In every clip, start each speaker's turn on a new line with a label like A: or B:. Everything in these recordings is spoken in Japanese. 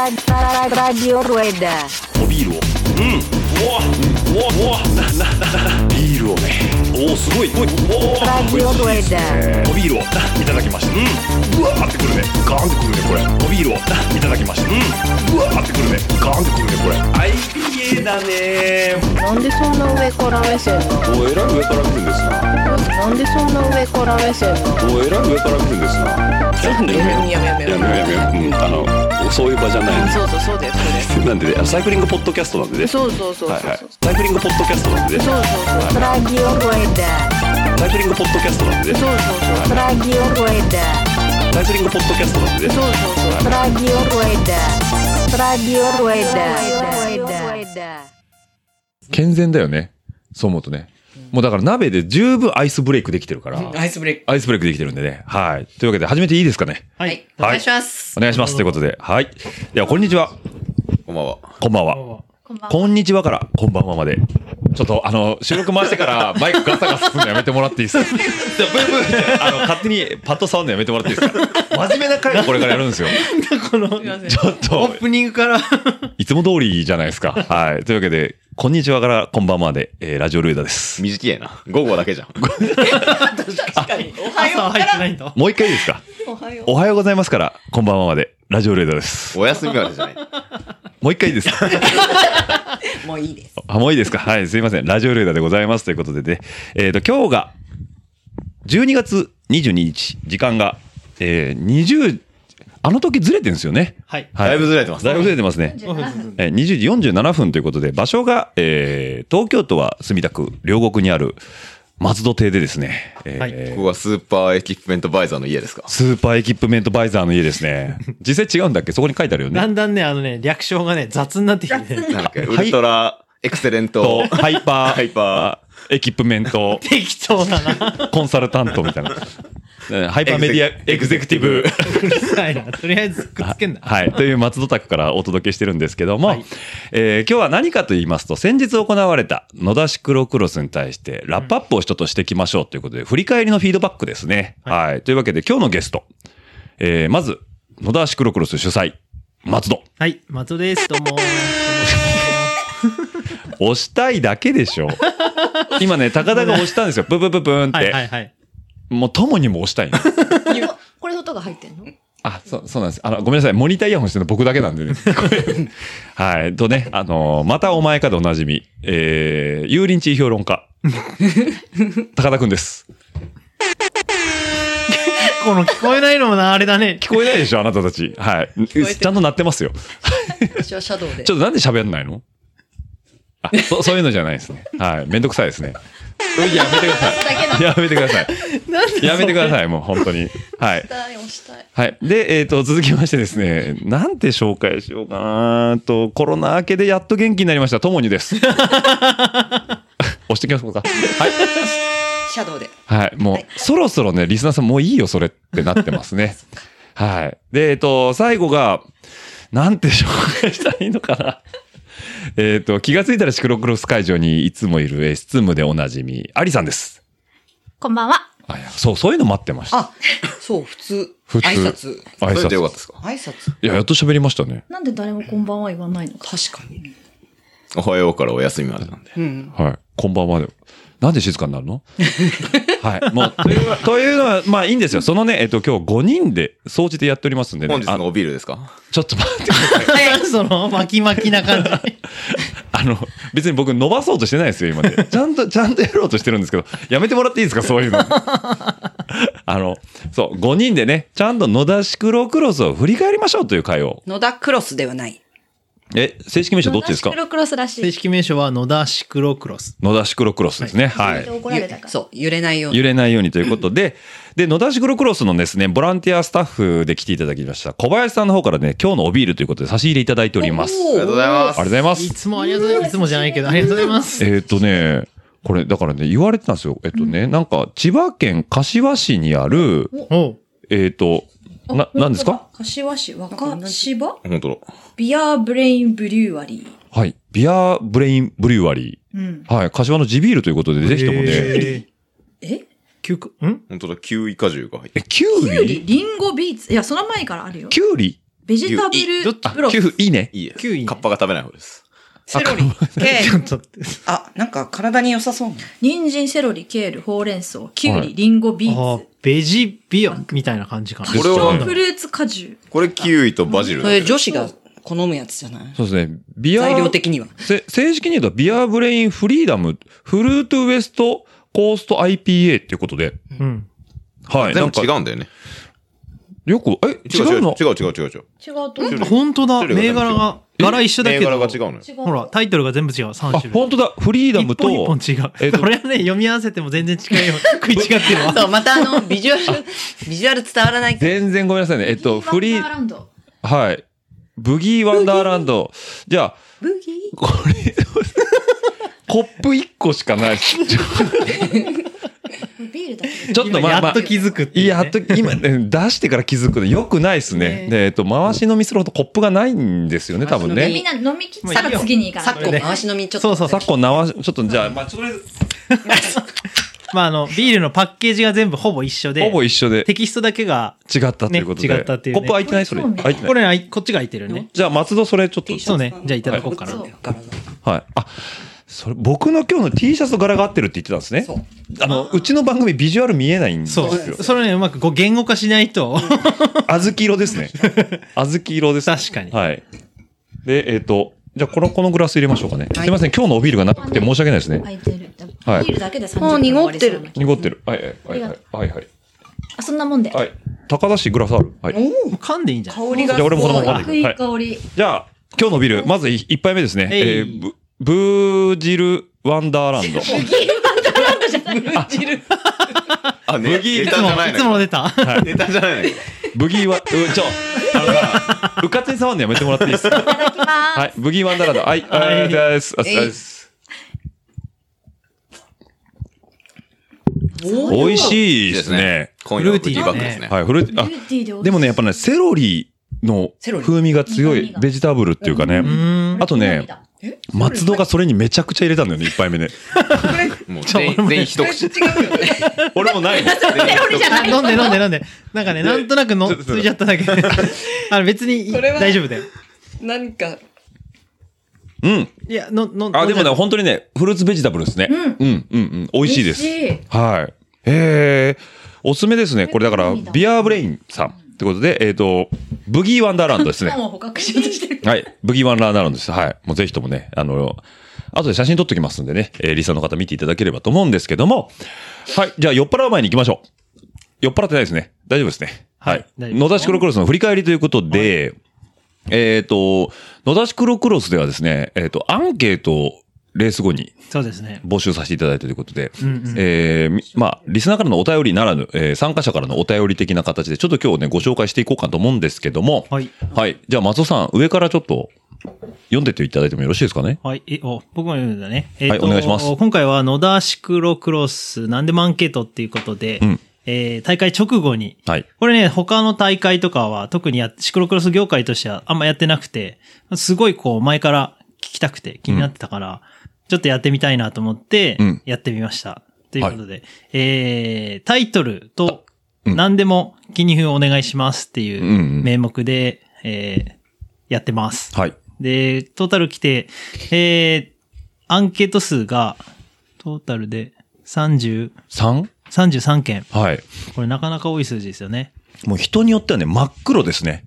A: Radio Rueda.
B: おビールを
C: うわうわなな
B: ビールをね
C: おおすごいおお
A: Radio Rueda.
B: おビールをないただきましたうんうわーってくるねガーンってくるねこれおビールをないただきましたうんうわーってくるねガーンってくるねこれ
C: IPA だね
D: なんでそんな上から目線なの
C: おえらい上から来るんですな
D: なんでそんな上から目線なの
C: おえらい上から来るんですなちょっとねやめよ
D: やめやめ
C: うやめようやめよううんあのそういう場じゃない
D: そうそうそうだよ
C: なんでねサイクリングポッドキャストなんでね
D: それそうそうそうそう
C: はい
D: そう
C: はいサイクリングポッドキャストなんでね
D: そうそうそう
A: Radio Rueda.
C: サイクリングポッドキャストなんでね
D: そうそうそう
A: Radio Rueda.
C: サイクリングポッドキャストなんでね
A: Radio Rueda. Radio Rueda. Radio Rueda.
E: 健全だよね。そう思うとね。もうだから鍋で十分アイスブレイクできてるから。
F: アイスブレイク。
E: アイスブレイクできてるんでね。はい。というわけで始めていいですかね。
F: はい。。
E: お願いしますお願いします。ということで。はい。では、こんにちは。
C: こんばんは
E: こんばんは。こんにちはから、こんばんはまで。ちょっと、あの、収録回してから、マイクガサガサするのやめてもらっていいですかじゃあ、ブーブーってあの、勝手にパッと触るのやめてもらっていいですか 真面目な会がこれからやるんですよ。
F: この、ち
E: ち
F: ょ
E: ょっ
F: オ
E: と
F: ー、プニングから。
E: いつも通りじゃないです か。はい。というわけで、こんにちはから、こんばんはまで、えーラジオルエダです。
C: 短いな午後だけじゃん
F: おはよう入ってないんだ。
E: もう一回いいですかおはよう。ございますから、こんばんはまで、ラジオルエダです。
C: お休みからじゃない
E: もう一回いいですか
G: もういいです。
E: あ、もういいですかはい、すいません。ラジオルエダでございます。ということでね。えっ、と、今日が、12月22日、時間が、えー、20、あの時ずれてるんですよね。
F: はい。
E: はい
C: だいぶずれてます
E: だいぶずれてますね。えー20時47分ということで、場所が、えー、東京都は墨田区、両国にある松戸邸でですね、えー
F: はい
C: ここはスーパーエキップメントバイザーの家ですか
E: スーパーエキップメントバイザーの家ですね。実際違うんだっけそこに書いてあるよ
F: だ
E: ね。
F: んだんね、あのね、略称がね、雑になってきてね。
C: なんだっけウルトラエクセレン
E: と
C: ト
E: ハイパー、
C: ハイパ
E: エキップメント、
F: 適当だな。
E: コンサルタントみたいな。ハイパーメディアエグゼクティブ。
F: うるさいな。とりあえずくっつけんな。
E: はい。という松戸宅からお届けしてるんですけども、えー今日は何かと言いますと、先日行われた野田シクロクロスに対してラップアップをちょっとしていきましょうということで、振り返りのフィードバックですね。はい、というわけで今日のゲスト、えーまず、野田シクロクロス主催、松戸。
F: はい。松戸です。どうも。
E: 押したいだけで しょ。今ね、高田が押したんですよ。ブブブブーンって。
F: はいはいはい。
E: もう、ともにも押したいの。
G: これ音が入ってんの
E: あ、そう、そうなんです。あの、ごめんなさい。モニターイヤホンしてるの僕だけなんで ね。はい。とね、あのーまたお前かでおなじみ、えー、有林地位評論 家。高田くんです。
F: この聞こえないのもな、あれだね。
E: 聞こえないでしょあなたたち。はい。ちゃんと鳴ってますよ。
G: 私はシャドウで
E: ち。ょっとなんで喋んないのあそ、そういうのじゃないですね。はい。めんどくさいですね。うんやめてください。やめてください。やめてください。もう本当に。はい。
G: 押したい。
E: はい。で、えっ、と、続きましてですね、なんて紹介しようかなと、コロナ明けでやっと元気になりました、ともにです。押してきますか。は
G: シャドウで。
E: い。はい。もう、そろそろね、リスナーさんもういいよ、それってなってますね。はい。で、えっ、と、最後が、なんて紹介したらいいのかな。 えっと、気がついたらシクロクロス会場にいつもいる、えー、スツームでおなじみ、アリさんです。
H: こんばんは。
E: あ、いや、そう、そういうの待ってました。
G: あ、そう、普通。
E: 普通
G: 挨拶。
E: 挨
C: それでよか
E: 拶
C: った。ですか
G: 挨拶。
E: いや、やっと喋りましたね。
H: なんで誰もこんばんは言わないのか。
G: 確かに。
C: おはようからお休みまでなんで
G: うん。
E: はい。こんばんはで。なんで静かになる のはい。もう、という、というのは、まあいいんですよ。そのね、えっと、今日5人で、掃除でやっておりますんでね。
C: 本日
E: あ
C: のおビールですか
E: ちょっと待ってください。
F: その、巻き巻きな感じ。
E: あの、別に僕伸ばそうとしてないですよ、今 で。ちゃんと、ちゃんとやろうとしてるんですけど、やめてもらっていいですか、そう いうの。あの、そう、5人でね、ちゃんと野田シクロクロスを振り返りましょうという会を。
G: 野田クロスではない。
E: え、正式名称どっちですか
H: クロクロスらし
F: 正
H: い。
F: 式名称は野田シクロクロス。
E: 野田シクロクロスですね。はい。
H: 怒られたから。
G: そう、揺れないように。
E: 揺れないようにということで、で、野田シクロクロスのですね、ボランティアスタッフで来ていただきました、小林さんの方からね、今日のおビールということで差し入れいただいております。
C: ありがとうございま
E: あり
C: す
E: がとうございま
F: い
E: す。
F: つもありがとうございます。いつもじゃないけど、ありがとうございます。
E: えーっ、とね、これ、だからね、言われてたんですよ。えっ、とね、なんか、千葉県柏市にある、
F: おう。
E: えーっ、と、な、なんですか
H: 柏市若芝
C: 本当だ
H: ビアブレインブリュワリ
E: はい。ビアブレインブリュワリ
H: ー。うん。
E: ー。はい。柏の地ビールということで、ぜひともね、
F: えー
H: え
F: 休暇、ん
C: 本当だ、キウイ果汁が入って
E: え、キュ
H: キュ
E: ウ
H: ウ
E: リ
H: リ、リンゴ、ビーツ。いや、その前からあるよ。
E: キュウリ
H: ベジタブル
F: どっち
E: あ
H: ブロ、ッ
E: キ
H: コ
E: ュウリ、いいね。
C: いいで
F: キウイ
C: す。
F: ね
C: カッパが食べない方です。
G: セロリ、ケ
F: ち
G: ー
F: ょ
G: ル
F: っと待って。
G: あ、なんか体に良さそうな。
H: 人参、セロリ、ケール、ほうれん草、キュウ
E: は
H: リ、
E: い
H: リンゴ、ビ
F: あ
H: ー
F: あ
H: ツ。、
F: ベジビアンみたいな感じかな。
C: これ
H: ショ
C: は
H: ーンフルーツ果汁。
C: これキウイとバジル
G: そ
C: だ
G: れ
C: けど
G: 女子が好むやつじゃない
E: そうですね。ビア、
G: 材料的には。
E: せ正式に言うと、ビアブレインフリーダム、フルートウエストコースト IPA っていうことで、
F: うん。
E: はい。な
C: 全
E: んか
C: 部違うんだよね。
E: よく、え、
C: 違
E: 違
C: う違
E: う
C: う
E: の
C: 違う違う違う違う。
H: 違うと
C: 種類
F: 本当だ。
C: 種類
F: 銘
C: が全部違う
F: 柄が、柄一緒だけ
C: 銘柄
F: ど。
C: が違うのよ。
H: 違う。
F: ほら、タイトルが全部違う。3
E: あ、
F: 種類。
E: 本当だ。フリーダムと、
F: 一本一本違う。
E: えっと
F: それはね、読み合わせても全然違 うよ。食い違ってるわ。
G: そう、またあの、ビジュア ル、ビジュアル伝わらないけど。
E: 全然ごめんなさいね。えっと、フリ
H: ワンダー
E: ー、
H: ランド
E: はい。ブギーワンダーランド。じゃあ、
G: ブギー
E: これ、コップ1個しか ないし。ちょ
H: これビールだけ
E: ちょっと
F: 今
E: まあま
F: や
E: あ
F: っと。気づくって
E: い
F: いうね
E: や、あと、今、ね出してから気づくのよくないですね。
H: ね
E: で、えっと、回し飲みするほどコップがないんですよね、多分
G: 回し飲
H: みん
E: ね。
H: な飲み切っ
F: ま
H: た
F: あいい
H: ら
F: よ
H: 次に行か
G: 昨
H: ないと。
G: 今回し飲みちょっ
F: そ
G: と。
F: うそうそう
E: 昨。今、なわし、ちょっとじゃあ、まあ、ちょっとりあえず
F: まあ、あの、ビールのパッケージが全部ほぼ一緒で、
E: ほぼ一緒で
F: テキストだけが、
E: 違ったということで。
F: ね違ったっていうね
E: コップ開いてないそれ。
H: こ
E: 開い
H: っち
E: てない。
H: もね
F: これ、あいこっちが空いてるね。
E: じゃあ、松戸それちょっと。
F: そうね。じゃあいただこうかな。
H: はい
G: 柄が
E: はい。あ、それ、僕の今日の T シャツと柄が合ってるって言ってたんですね
G: そ。う。
E: あの、うちの番組ビジュアル見えないんです
F: そ
E: よ。
F: う。それね、うまくこう言語化しないと。
E: 小豆色ですね。小豆色です。
F: 確かに
E: はい。で、えっ、と、じゃあ、この、このグラス入れましょうかね。
G: はい
E: すいません、今日のおビールがなくて申し訳ないですね。
H: 開いてる。ビ
E: はい
H: ールだけで30分
G: もう濁ってる
H: 終わりそうな気が
E: 濁ってる。はい、はい、はい、はい、はい。
H: あ、そんなもんで。
E: はい。高田市グラスある。はい。じ
F: 噛んでいいんじゃない
G: 香りが。
E: ゃあ、俺もこのまま飲ん
H: あ
E: で
H: い
E: い
H: い
E: く。はい。
H: 香り。
E: じゃあ、今日のビール、まずい一杯目ですね。
F: えい
E: えー、ブブージルワンダーランド。
C: あ、ね、
E: 麦
C: ネ
F: いつ
C: タじ
F: も
C: ゃない、
F: いつも
C: のよ。
F: 出た。
C: ネタじゃないのよ。
E: ブギーワン、うんちょ、あのさ、うかつに触るのやめてもらっていいですか
H: いただきます。
E: はい、ブギーワンダーランド。はい、ありがとうございます。ありがとうございます。美味しいですね。
C: 今夜
F: フ
C: は
F: ルーティー
C: ブギーバックですね。
E: はい、フルーティ
H: フル
E: ー
H: ーティーで美味し
E: あ、
H: い
E: でもね、やっぱね、セロリの
G: セロリ
E: 風味が強
H: 苦味
E: い
H: が
E: ベジタブルっていうかね
F: う。ーん。
E: あとね、松戸がそれにめちゃくちゃ入れたんだよね、一杯目 で。
C: もう全員全員一口。
E: 俺も ないもん。
H: セロリじゃな い。
F: 飲んで飲んで飲んで。なんかね、なんとなくの、ついちゃっただけ。あの、別にいい、
G: それは
F: 大丈夫だよ。
G: なんか、
E: うん。
F: いや、の、の、
E: あ、でもね、
F: 飲ん
E: 本当にね、フルーツベジタブルですね。うん、うん、うん。美味しいです。
H: 美味しい
E: はい。えー、おすすめですね。これだから、
H: 何だ
E: ビアーブレインさんってことで、えっ、と、ブギーワンダーランドですね。
H: もう捕獲しようとしてる。
E: はい。ブギーワンダーランドです。はい。もうぜひともね、あの、後で写真撮っときますんでね、えー、リサの方見ていただければと思うんですけども、はい。じゃあ、酔っ払う前に行きましょう。酔っ払ってないですね。大丈夫ですね。は
F: はい
E: い。
F: 大丈夫
E: 野田シクロクロスの振り返りということで、えっ、と、野田シクロクロスではですね、えっ、と、アンケートをレース後に
F: でそうですね。
E: 募集させていただいたということで、
F: うんうん
E: えーみまあ、リスナーからのお便りならぬ、えー参加者からのお便り的な形で、ちょっと今日ね、ご紹介していこうかと思うんですけども、
F: はい。
E: はい。じゃあ、松尾さん、上からちょっと、読んでっていただいてもよろしいですかね
F: はい、え、お、僕も読んだね。えっ
E: はいお願いします
F: 今回は野田シクロクロス、なんでもアンケートっていうことで、
E: うん
F: えー大会直後に、
E: はい。
F: これね、他の大会とかは特にやシクロクロス業界としてはあんまやってなくて、すごいこう前から聞きたくて気になってたから、ちょっとやってみたいなと思って
E: うん、
F: やってみました。ということで、えー、タイトルと、
E: うん
F: 何でも記入お願いしますってい
E: うんう
F: うん名目で、えー、やってます。
E: はい。
F: で、トータル来て、えー、アンケート数が、トータルで30、
E: 3?
F: 33件。
E: はい。
F: これなかなか多い数字ですよね。
E: もう人によってはね、真っ黒です ね。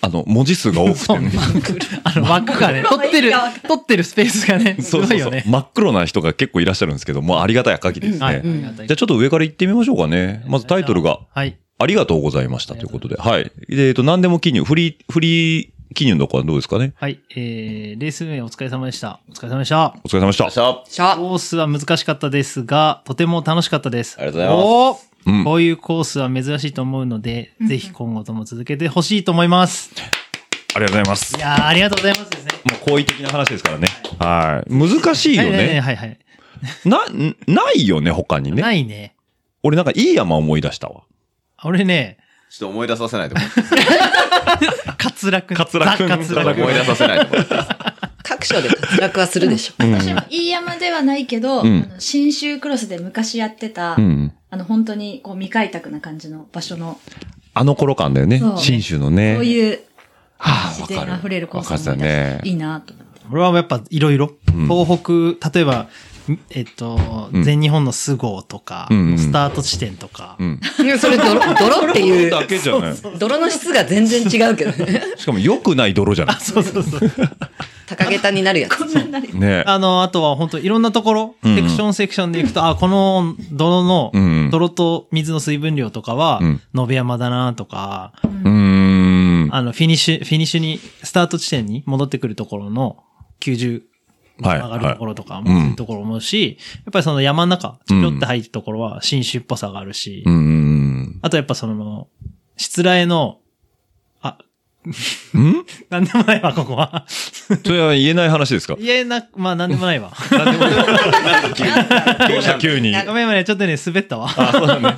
E: あの、文字数が多くてね。
F: あの、枠 がね、取ってる、取ってるスペースがね、す
E: そう
F: ご
E: そう
F: い
E: そ
F: よ
E: う
F: ね。
E: 真っ黒な人が結構いらっしゃるんですけど、もうありがたい限りです
F: はい。
E: ね。
F: ありがたい
E: じゃあちょっと上から行ってみましょうかね。まずタイトルが、
F: はい。
E: ありがとうございましたということで。はい。で、えっと、何でも記入、フリー、フリー記入の子はどうですかね
F: はい。えー、レース運営お疲れ様でした。お疲れ様でした。
E: お疲れ様でした。
G: シャ
F: コースは難しかったですが、とても楽しかったです。
C: ありがとう
F: ざい
C: ご
F: ます。
E: うん
F: こういうコースは珍しいと思うので、ぜひ今後とも続けてほしいと思います。
E: ありがとうございます。
F: いやー、ありがとうございますですね。
E: もう好意的な話ですからね。はい。難しいよ
F: はいはいはい
E: ね。
F: はいはい。
E: な、ないよね、他にね。
F: ないね。
E: 俺なんかいい山思い出したわ。
F: 俺ね、
C: ちょっと思い出さ せないと思
F: 滑落。
E: 滑落
F: ザ滑
C: う。
F: 落
C: 思い出させないと思う。
G: 過各所で活躍はするでしょ。
H: 私も飯山ではないけど、
E: うん
H: あの新州クロスで昔やってた、
E: うん。
H: あの本当にこう未開拓な感じの場所の、
E: あの頃感だよね
H: そ。う
E: 信州の
H: こう
E: ね。
H: いう
E: ああ、わ
H: 自
E: か
H: 然
E: る。
H: あふれるコー
E: わかっ
H: ス
E: た
H: も
E: ね。
H: いいなと思って。
F: 俺はやっぱいろいろ
E: ん。
F: 東北、例えば、んえっと、
E: うん
F: 全日本の菅生とか、
E: うんうん
F: スタート地点とか、
E: うん。
G: それ泥、泥っていう、
E: だけじゃない。
G: 泥の質が全然違うけどね。
E: しかも良くない泥じゃない。
F: そうそうそう。
G: 高げたになるやつ。
H: こんなんなる。
E: ね。
F: あの、あとは本当いろんなところ、
E: うんうん
F: セクションセクションで行くと、あ、この泥の、
E: うん。
F: 泥と水の水分量とかは
E: うん、
F: 野辺山だなとか、
E: うーん。
F: あの、フィニッシュ、フィニッシュに、スタート地点に戻ってくるところの90
E: はい。
F: 上がるとこ
E: は
F: ろとか
E: うん
F: も、そういうところもあるし、やっぱりその山の中、ちょって入るところは、新種っぽさがあるし
E: い。う、ん。
F: あとやっぱその、失礼の、あ、
E: うん
F: なんでもないわ、ここは。
E: それは言えない話ですか
F: いや、な、まあなんでもないわ。
E: どうした急に。
F: ごめんごめん、ちょっとね、滑ったわ。
G: じ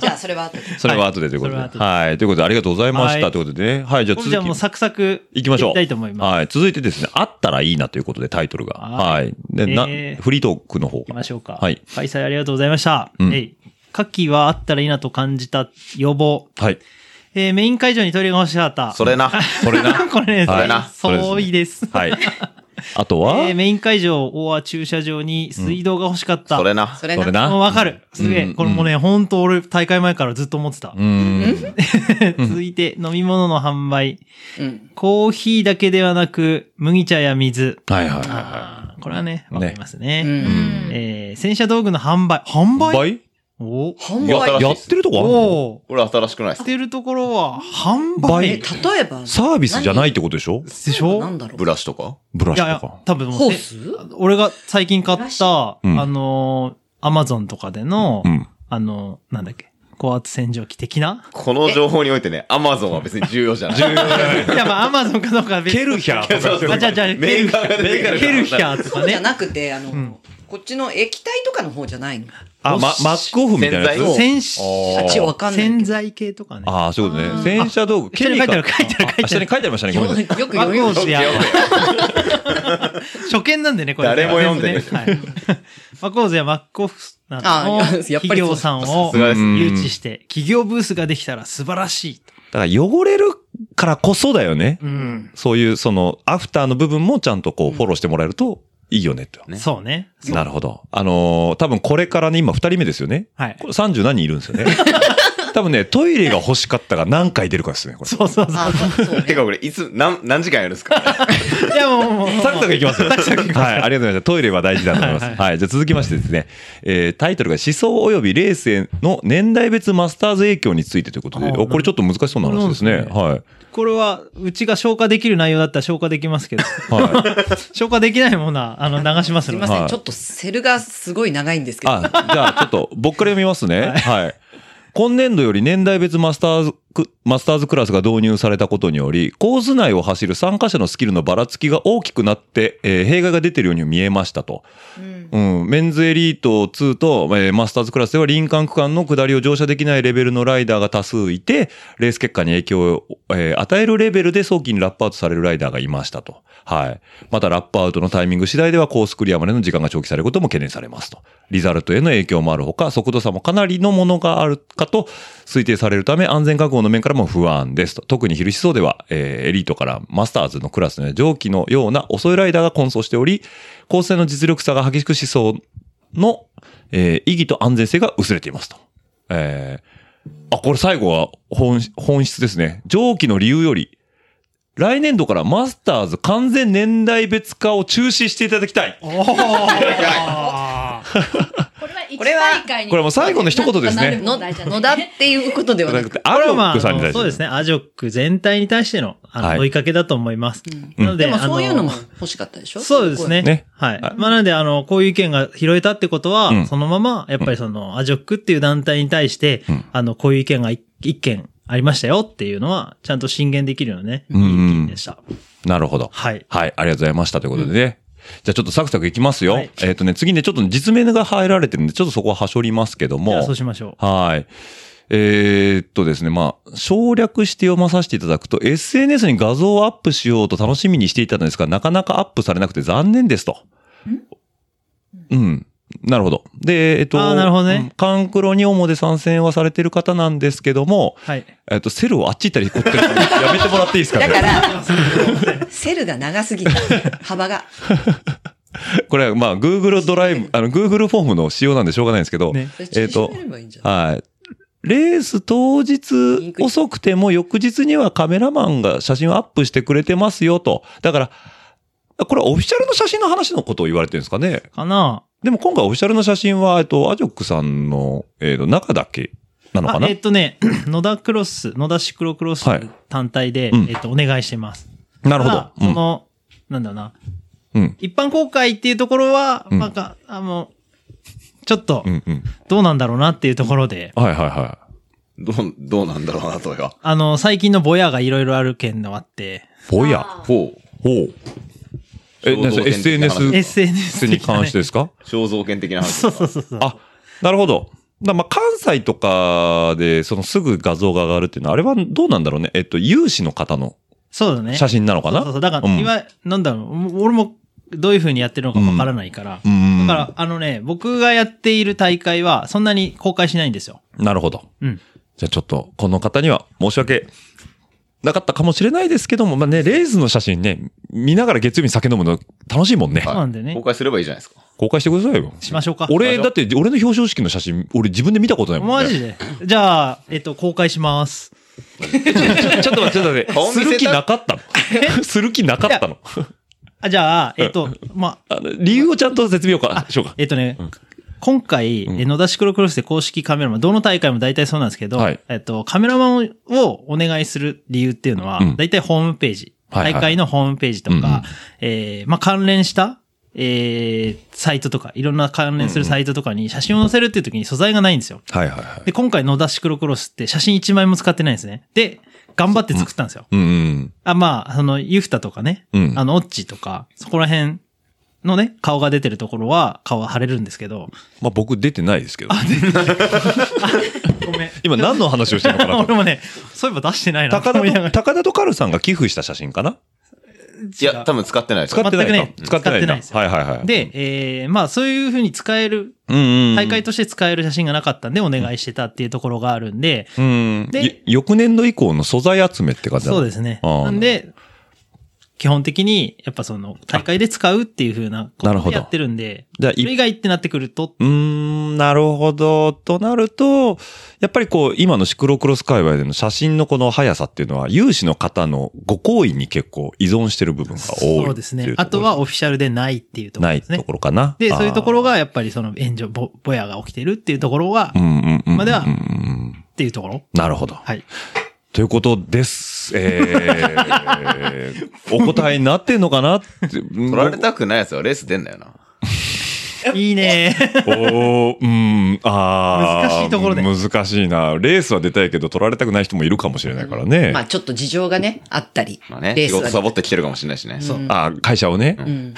G: ゃあ、それは後で。
E: それは後でということで。
F: はいそれ
E: はい。ということで、ありがとうございまし
F: は
E: た。
F: い
E: ということでね。はい。じゃあ
F: じゃあ
E: 続
F: もう
E: き。
F: サクサク。
E: 行きましょう。
F: いきたいと思います。
E: はい。続いてですね、あったらいいなということで、タイトルが。は
F: はい
E: い。で、な
F: え、ー
E: フリートークの方
F: 行き。ましょうか。
E: はい
F: 開催ありがとうございました。
E: うん
F: えい。夏季はあったらいいなと感じた要望。
E: はい。
F: えーメイン会場にトイレが欲しかった。
C: それな。
E: それ な。
F: これね、
E: はい
F: そ
E: それ
F: ういです。
E: はい。あとは、
F: えーメイン会場、大和駐車場に水道が欲しかった。
C: それな
G: そ。れ
E: それ
G: な。
F: もう
E: な。
F: わかる。すげえ。
E: うん
F: これもね、ほんと俺、大会前からずっと思ってた
E: う。ん。
F: 続いて、飲み物の販売。
G: うん。
F: コーヒーだけではなく、麦茶や水。
E: はいはいはいは
F: あーこれはね、わかりますね。
G: うん
H: うん
F: えー洗車道具の販売。販
E: い。
F: 売
E: 倍
F: お
G: 販
C: やったら
G: 売。
C: しい
E: や
C: で
E: っ
C: す
E: てるとこあんの
F: お
C: これ新しくない
F: ー。し
C: ですか
F: てるところは、販売
G: え、
F: で
G: 例えば、
E: サービスじゃないってことでしょ
F: し
G: な
F: ょ
G: んだろう
C: ブ。ラシとか
E: ブラ
F: い
E: シ
F: やい
E: と
F: や
E: か。、
F: 多分もう
G: ホース
F: 俺が最近買った、
E: うん
F: あのー、アマゾンとかでの、
E: うん。
F: あのー、なんだっけ、高圧洗浄機的な
C: この情報においてね、アマゾンは別に重要じゃない。重要
F: いや、まあ、アマゾンかどうかは別
E: ケルヒャーとか。
F: あ、じゃあ、じゃあ、ケ
C: メ
F: ルヒ
C: ーカ
F: ャ
C: ーが出てく
F: ー。
C: る。
F: ケルヒャーと
G: そ
F: か
G: うじゃ
F: ね。
G: なくて、あ
F: ん
G: の、こっちの液体とかの方じゃないの。
E: あ、ま、マックオフみたいなや
C: 洗剤
E: つ
F: 洗し
C: を
E: あ
G: あ
E: ー
G: っちわかんない
F: 洗
G: けど。
F: 剤系とかね。
E: ああ、そういうことね。洗車道具。
F: 下に書いてある
E: ケミカ
F: 書いてある書いてある
E: あ下に書いてありましたね。ごめんなさい
G: よく
F: 和
G: 読み
F: 光
G: ます。
F: 市や。 初見なんでね、これ。
C: 誰も読んでね
F: 全部ねはい。 和光市やマックオフ
G: あ
F: の
G: やっぱりそう
F: 企業さんを
C: さすがです
F: 誘致して、企業ブースができたら素晴らしいと。
E: だから汚れるからこそだよね。
F: うん。
E: そういう、その、アフターの部分もちゃんとこう、フォローしてもらえるといいよね、と。
C: ね
F: そうね。
E: なるほど。あのー多分これからね、今二人目ですよね。
F: はい
E: これ30何人いるんです よね。多分ね、トイレが欲しかったが何回出るかですね、これ。
F: そうそうそ
G: あ、そうね
C: て。かこれ、いつ、何、何時間やるんですか
F: う。いや、もう、もう、もう
E: サクサクいきますよ。はい、ありがとうございました。トイレは大事だと思います。
F: はい
E: はい、じゃあ続きましてですね、えー、タイトルが思想及びレースへの年代別マスターズ影響についてということで、
F: あー
E: おこれちょっと難しそうな話ですね。
F: そうですね
E: はい。
F: これは、うちが消化できる内容だったら消化できます けど、
E: はい。
F: 消化できないものは、あの、流します
G: すい
F: の
G: ま
F: で。
G: せ
E: は
G: ん。
E: い
G: ちょっとセルがすごい長いんですけど。
E: あ、じゃあちょっと僕から読みますね。はい。今年度より年代別マスターズク、マスターズクラスが導入されたことにより、コース内を走る参加者のスキルのばらつきが大きくなって、えー弊害が出てるように見えましたと。うん。メンズエリート2と、えーマスターズクラスでは林間区間の下りを乗車できないレベルのライダーが多数いて、レース結果に影響を、えー与えるレベルで早期にラップアウトされるライダーがいましたと。はい。またラップアウトのタイミング次第ではコースクリアまでの時間が長期されることも懸念されますと。リザルトへの影響もあるほか、速度差もかなりのものがあるかと推定されるため、安全確保の面からも不安ですと。特に昼思想では、えーエリートからマスターズのクラスの上記のような遅いライダーが混走しており、構成の実力差が激しく思想の、えー意義と安全性が薄れていますと。えーあ、これ最後は本本質ですね。上記の理由より、来年度からマスターズ完全年代別化を中止していただきたい。
H: これは一
G: これは
H: 大会に
E: これはもう最後の一言ですね
G: の野 田っていうことで はなくて。
E: ア
F: これは
E: ロ
F: ま
E: ッ
F: あ、あ
E: クさんに対して。
F: のそうですね。アジョック全体に対しての、あの、
E: はい
F: 追いかけだと思います。なの
G: でもそういうのも
F: あ
G: 欲しかったでしょ
F: そうですね。
E: ね
F: はい。
E: はい
F: まあ、なんで、あの、こういう意見が拾えたってことは、
E: うん
F: そのまま、やっぱりその、アジョックっていう団体に対して、
E: うん
F: あの、こういう意見が一一件ありましたよっていうのは、ちゃんと進言できるよね。
E: うんうん
F: いい意見でした。
E: なるほど。
F: はい。
E: はい、ありがとうございました。ということでね。じゃあちょっとサクサクいきますよ。
F: はい
E: えっ、とね、次ね、ちょっと実名が入られてるんで、ちょっとそこははしょりますけど
F: じゃあ、
E: も
F: そう。しましょう。
E: はい。えーっとですね、まあ、省略して読まさせていただくと、SNS に画像をアップしようと楽しみにしていたんですが、なかなかアップされなくて残念ですと。うん。なるほど。で、えっと、
F: あーなるほどね
E: うんカンクロに主で参戦はされてる方なんですけども、
F: はい。
E: えっと、セルをあっち行ったりこっち行ったりするのやめてもらっていいで すかね
G: だから、セルが長すぎた。幅が。
E: これは、まあ、Google ドライブ、あの、Google フォームの仕様なんでしょうがないんですけど、
F: ね
G: えっ
E: えっと
G: ればいいんじゃない
E: はい。レース当日遅くても翌日にはカメラマンが写真をアップしてくれてますよと。だから、これはオフィシャルの写真の話のことを言われてるんですかね。
F: かな
E: でも今回オフィシャルの写真は、えっと、アジョックさんの、えっと、中だけなのか
F: あ
E: な
F: えっとね、野田クロス、野田シクロクロス
E: はい
F: 単体で、
E: うん
F: えっと、お願いしてます。
E: なるほ
F: た
E: ど
F: だ。その、なんだろうな。
E: うん。うん。
F: 一般公開っていうところは、
E: うん
F: まあか、あの、ちょっと
E: う、んうん。
F: どうなんだろうなっていうところで、
E: はいはいは
C: どう、どうなんだろうな、それは。
F: あの、最近のぼやがいろいろある件のあって、
E: い。ぼや。
H: あー
C: ほう。
E: ほう。え、何それ SNS そ
F: SNS
E: れに
F: 的なね
E: 関してですか
C: 肖像権的な話。
F: そうそうそうそう。
E: あ、なるほど。だまあ関西とかで、そのすぐ画像が上がるっていうのは、あれはどうなんだろうね。えっと、有志の方の
F: そうだね。
E: 写真なのかな
F: そうそうそうだから、
E: うん
F: いわゆるなんだろう、も俺もどういう風にやってるのかわからないから。
E: うん。
F: だから、あのね、僕がやっている大会は、そんなに公開しないんですよ。
E: なるほど。
F: うん。
E: じゃあちょっと、この方には申し訳なかったかもしれないですけども、まあね、レイズの写真ね、見ながら月曜日に酒飲むの楽しいもんね。
F: そうなんだよね
C: 公開すればいいじゃないですか。
E: 公開してくださいよ。
F: しましょうか。
E: 俺、だって、俺の表彰式の写真、俺自分で見たことないもんね。
F: マジでじゃあ、えっと、公開します。
E: ちょっと待って、ちょっと待って。
C: 顔見
E: す
C: せた
E: る気なかったの する気なかったの
F: あ、じゃあ、えっと、まあ、
E: あの理由をちゃんと説明をか、しようか。
F: えっとね、今回、え野田シクロクロスで公式カメラマン、どの大会も大体そうなんですけど、
E: はい
F: えっと、カメラマンをお願いする理由っていうのは、
E: うん
F: 大体ホームページ、
E: はいはい
F: 大会のホームページとか、
E: うんうん
F: えーまあ、関連した、えーサイトとか、いろんな関連するサイトとかに写真を載せるっていう時に素材がないんですよ。
E: はいはいはい。
F: で、今回野田シクロクロスって写真1枚も使ってないんですね。で、頑張って作ったんですよ。
E: うんうん。
F: あ、まあ、その、ユフタとかね、
E: うん
F: あの、オッチとか、そこら辺のね、顔が出てるところは、顔は腫れるんですけど、
E: まあ僕出てないですけど。
F: ごめん。
E: 今何の話をしてるのかな
F: 俺
E: と。
F: もね、そういえば出してないな。
E: 高田
F: 思いな
E: と、
F: が
E: 高田とカルさんが寄付した写真かない
C: や、多分使ってないです
E: 使
C: よ。
E: ってない
F: 全く
E: か。
F: ね
E: 使ってないんだ
F: 使って
E: は
F: ない
E: はいはい。
F: らで、、えー、まあ、そういうふうに使える、
E: うんうん。
F: 大会として使える写真がなかったんで、お願いしてたっていうところがあるんで、
E: うん。
F: で
E: で、翌年度以降の素材集めって感じだ
F: そうですね。
E: あー
F: なんで、基本的に、やっぱその、大会で使うっていうふうなこ
E: なるほど
F: とでやってるんで、
E: じゃあ、
F: それ以
E: い
F: 外ってなってくると、
E: うーん、なるほど。となると、やっぱりこう、今のシクロクロス界隈での写真のこの速さっていうのは、有志の方のご行為に結構依存してる部分が多い。
F: そうですね。あとは、オフィシャルでないっていうところ
E: ない
F: ですね
E: と。ころかな。
F: で、
E: あー
F: そういうところがやっぱりその炎上、ぼ、ぼやが起きてるっていうところが、
E: う
F: っ
E: んうんうん。
F: まあで
E: う
F: は
E: んうんうん
F: ていうところ。
E: なるほど。
F: はい。
E: ということです。えー、 お答えになってんのかな って。取
C: 取られたくないやつはレース出んだよな。
F: い いね
E: おーうん、あー
F: 難しいところで
E: 難しいな。レースは出たいけど、取られたくない人もいるかもしれないからね。
G: まあちょっと事情がね、あったり。
C: まあね、
G: レー
C: 仕
G: スは
C: 事サボってきてるかもしれないしね。そう。
E: あー会社をね、
G: うん。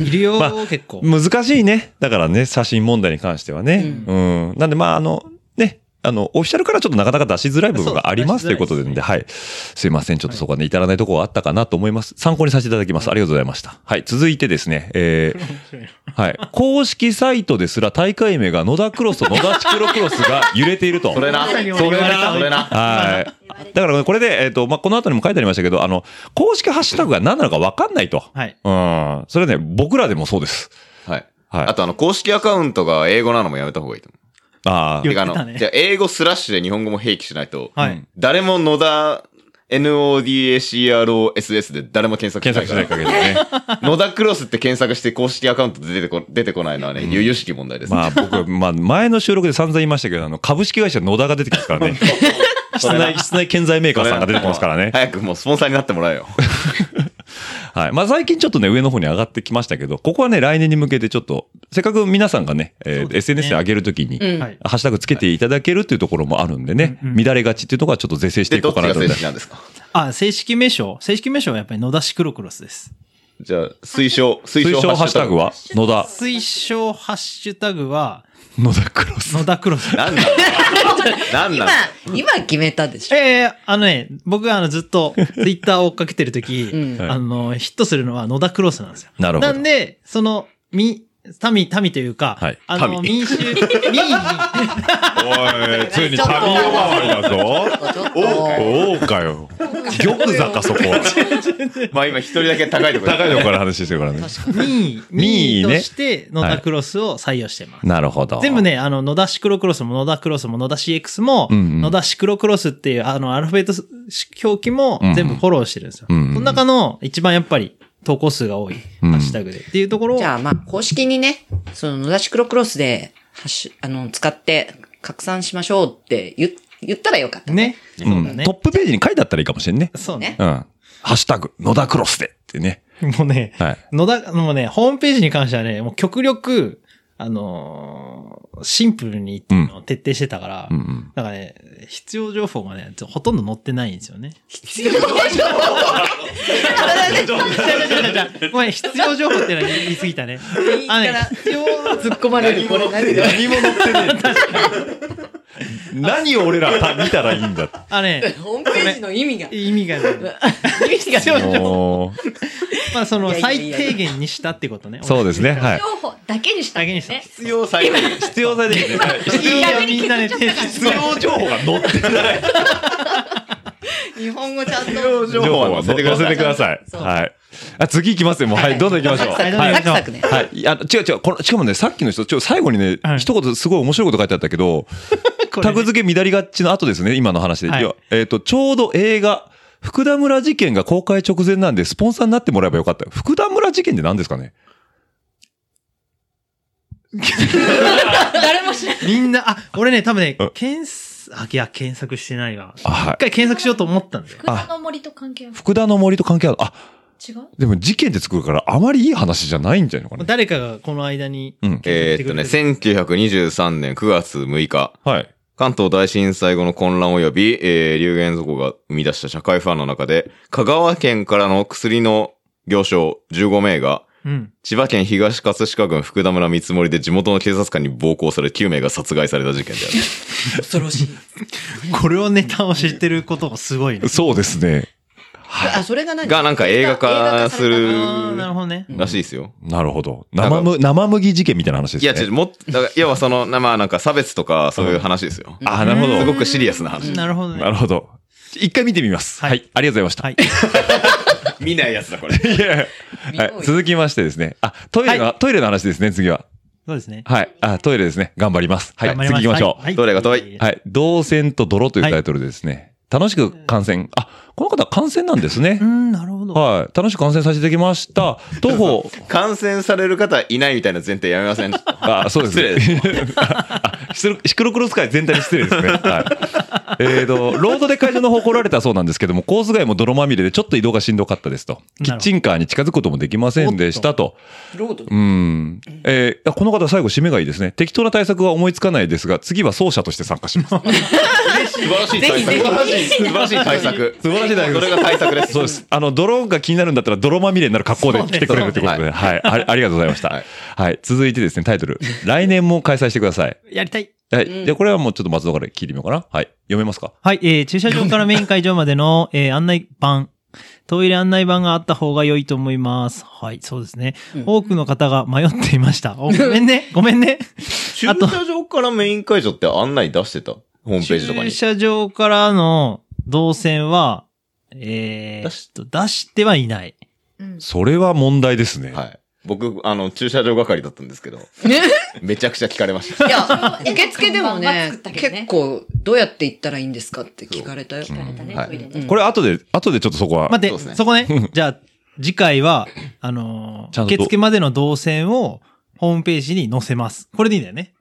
F: いるよ、
E: ま
F: 結構。
E: 難しいね。だからね、写真問題に関してはね。うん。なんで、まあ、あの、ね。あの、オフィシャルからちょっとなかなか出しづらい部分があります
F: そ
E: と
F: う
E: いうことで、ではい。すいません。ちょっとそこはね、至らないところはあったかなと思います。参考にさせていただきます。ありがとうございました。はい。続いてですね、えー、 はい。公式サイトですら大会名が野田クロスと野田シクロクロスが揺れていると。
C: それな、それな、
F: 言われた
C: それな。
E: はい。だからこれで、えっ、と、まあ、この後にも書いてありましたけど、あの、公式ハッシュタグが何なのか分かんないと。
F: はい。
E: うん。それね、僕らでもそうです。
C: はい。
E: はい。
C: あとあの、公式アカウントが英語なのもやめた方がいいと思う。
E: あー
F: よ
C: てかあ
F: 言ってたね
C: の、じゃあ英語スラッシュで日本語も併記しないと、
F: はい。
C: 誰も野田 NODACROSS で誰も検
E: 検索
C: 索しない
E: し
C: か。
E: ないからけどね。
C: 野田クロスって検索して公式アカウントで出てこ出てこないのはね、由々しき問題で す。
E: まあ僕、まあ前の収録で散々言いましたけど、あの、株式会社野田が出てきますからね。室内、室内建材メーカーさんが出てきますからね。
C: 早くもうスポンサーになってもらえよ。
E: はい。まあ最近ちょっとね、上の方に上がってきましたけど、ここはね、来年に向けてちょっと、せっかく皆さんがね、え
F: そ
E: ー
F: うですね
E: SNS で上げるときに、
G: うん。
F: はい。
E: ハッシュタグつけていただけるっていうところもあるんでね、
F: うんうん
E: 乱れがちっていうところはちょっと是正して
C: で、
E: いこ
C: ど
E: う
C: っち
E: かなと
C: が正
E: 思いま
C: 式
E: す。
C: なんですか
F: あ、正式名称正式名称はやっぱり野田シクロクロスです。
C: じゃあ、推奨、推
E: 推奨ハッシュタグは野田。
F: 推奨ハッシュタグは、
E: 野田クロ ス。
F: 野田ク ロス。
C: なんだなん
G: 今
C: だ、
G: 今決めたで しょ。
F: ええあのね、僕があのずっとツイッターを追っかけてるとき、
G: うん
E: はい
F: あの、ヒットするのは野田クロスなんですよ。
E: なるほど
F: んで、その、み、民、民というか、
E: はい
F: あの、
C: 民
F: 民衆、民に、
I: おい、ついに旅を回りだぞ。
G: ちょっと、
I: おうかよ。玉座か、そこは。
C: まあ今一人だけ高いところ
E: 高いとこから話してるからね。
F: 民、
E: 民
F: 民
E: 意
F: と
E: ね
F: して野田クロスを採用してます。
E: なるほど。
F: 全部。ね、あの、野田シクロクロスも野田クロスも野田 CX も、
E: うんうん
F: 野田シクロクロスっていう、あの、アルファベット表記も
E: うんうん
F: 全部フォローしてるんですよ。
E: うんうん
F: その中の一番やっぱり投稿数が多い、
E: うん
F: ハッシュタグで。っていうところを
G: じ、ゃあまあ、公式にね、その野田シクロクロスで、ハッシュ、あの、使って拡散しましょうって言言ったらよかった。
F: ね。
E: う
F: そうだ
E: ん。
F: ね
E: トッ。プページに書いてあったらいいかもしれんね。
F: そうね。
E: うん。ハッシュタグ、野田クロスでってね。
F: もうね、
E: はい。
F: 野田、もうね、ホームページに関してはね、もう極力、あのーシンプルにっていうのを徹底してたから、
E: うんうん。
F: なんかね、必要情報がね、ほとんど載ってないんですよね。
G: 必要でしょ
F: ごめん、必要情報ってのは言い過ぎたね。
G: いい
F: あ
G: か
F: の
G: ら
F: ね、必要
G: 突っ込まれる。これ何で
E: 何も載ってねえ。何を俺らた見たらいいんだって。
F: あのね、
G: ホームページの意味が。
F: 意味がない。
G: 意味が
F: 必要情報。
E: おー
F: まあ、その、
G: いやいや
F: 最
G: いや
F: 低限にしたってことね。
E: そうですね。はい。
H: 情報だけにしたんだよね。
F: だけに
C: 必要最低限
E: 必要最低限ね。はい
F: 俺。いや、みんなね、手
E: 必要情報が載ってない。
G: 日本語ちゃんと。
C: 情報は載せてください
E: 載せてください。はい。あ、次行きますよ。もう、はい、どんどん行きましょう。
F: サクサク
E: はい
G: サクサクね
E: はい。いや、違う違う。この、しかもね、さっきの人、ちょ、最後にね
F: は、い
E: 一言すごい面白いこと書いてあったけど、タグ付け乱りがちの後ですね、今の話で。
F: はい
E: いやえっと、ちょうど映画、福田村事件が公開直前なんで、スポンサーになってもらえばよかった。福田村事件って何ですかね
H: 誰も知らない。
F: みんな、あ、俺ね、多分ね
E: うん、
F: 検索、あ、いや、検索してないわ。
E: あ、は
F: 一
E: い。
F: 回検索しようと思ったんだよ。
H: 福田の森と関係は
E: 福田の森と関係ある。あ、
H: 違う
E: でも事件で作るから、あまりいい話じゃないんじゃないのかな。
F: 誰かがこの間に、
E: うん。
C: えーっとね、1923年9月6日、
E: はい。
C: 関東大震災後の混乱及び、えー、流言族が生み出した社会不安の中で、香川県からの薬の行商15名が、
F: うん。
C: 千葉県東葛飾郡福田村見積もりで地元の警察官に暴行され9名が殺害された事件である。
G: 恐ろしい。
F: これをネタを知ってることがすごいね。
E: そうですね。
G: あ、それが何
C: が、なんか映画化す
F: あ
C: る
F: ーなるほどね。
C: らしいですよ。
E: なるほど。生む、生麦事件みたいな話で
C: い
E: すね
C: や、。ちょ、もっと、だから要はその、なまあなんか差別とかそういう話ですよ。
E: あ、なるほど。
C: すごくシリアスな話。
F: なるほど
E: な
F: ね。
E: るほど。一回見てみます。
F: は
E: はいい。ありがとうござ
F: はいい。
C: 見ないやつだ、これ。
E: ました。いやいやはい続きましてですね。あ、トイレの、トイレの話ですね、次は。
F: そうですね。
E: はい。あ、トイレですね。頑張ります。はい。
F: 頑張り
E: 次行きましょう。
F: はい
C: どれが遠い
F: は
E: はい。動線と泥というタイトルでですね。楽しく観戦。あ、この方は観戦なんですね
F: う。ん、なるほど。
E: はい。楽しく観戦させていただきました。徒歩、
C: 感染される方いないみたいな前提やめません。
E: あ、そうですね。失礼 です。シクロクロス界全体に失礼ですね。はい。えっと、ロードで会場の方来られたそうなんですけども、コース外も泥まみれでちょっと移動がしんどかったですと。
F: ほど
E: キッチンカーに近づくこともできませんでしたと。
G: ロード
E: うん。えーこの方最後締めがいいですね。適当な対策は思いつかないですが、次は奏者として参加します。
C: 素晴らしい対
G: ぜひ
C: 策。素晴らしい、素晴らしい対策。
E: 素晴らしい対策
C: それが対策です。
E: そうです。あの、泥が気になるんだったら泥まみれになる格好で来てくれるってこと
C: そう
E: で、
C: ね
E: はい、あ。ありがとうございました。
C: はい
E: はい。続いてですね、タイトル。来年も開催してください。
F: やりたい。
E: はい。
G: うん
E: じゃあこれはもうちょっと松戸から聞いてみようかな。はい。読めますか
F: はい、えー、駐車場からメイン会場まで の、えー、案内板。トイレ案内板があった方が良いと思います。はい、そうですね。
G: うん
F: 多くの方が迷っていま した。おごめんね、ごめんね。
C: 駐車場からメイン会場って案内出してたホームページとかに
F: 駐。車場からの動線は、えー、
C: 出
F: 出
C: し
F: し出してはいない。
H: うん。
E: それは問題ですね。
C: はい。僕、あの、駐車場係だったんですけど、めちゃくちゃ聞かれました。
G: いや、受付でも
H: 看板は
G: ね
H: 作った、けどね
G: 結構、どうやって行ったらいいんですかって聞かれたよ。
H: 聞かれたね、
C: はい
H: トイレ
G: う
H: で
G: ん。
E: これ後で、後でちょっとそこは。
F: 待って、
C: そうで
F: そ
C: すね
F: こ ね。じゃあ、次回は、あの
E: ちゃ
F: ー
E: んと
F: 受付までの動線を、ホームページに載せます。これでいいんだよね。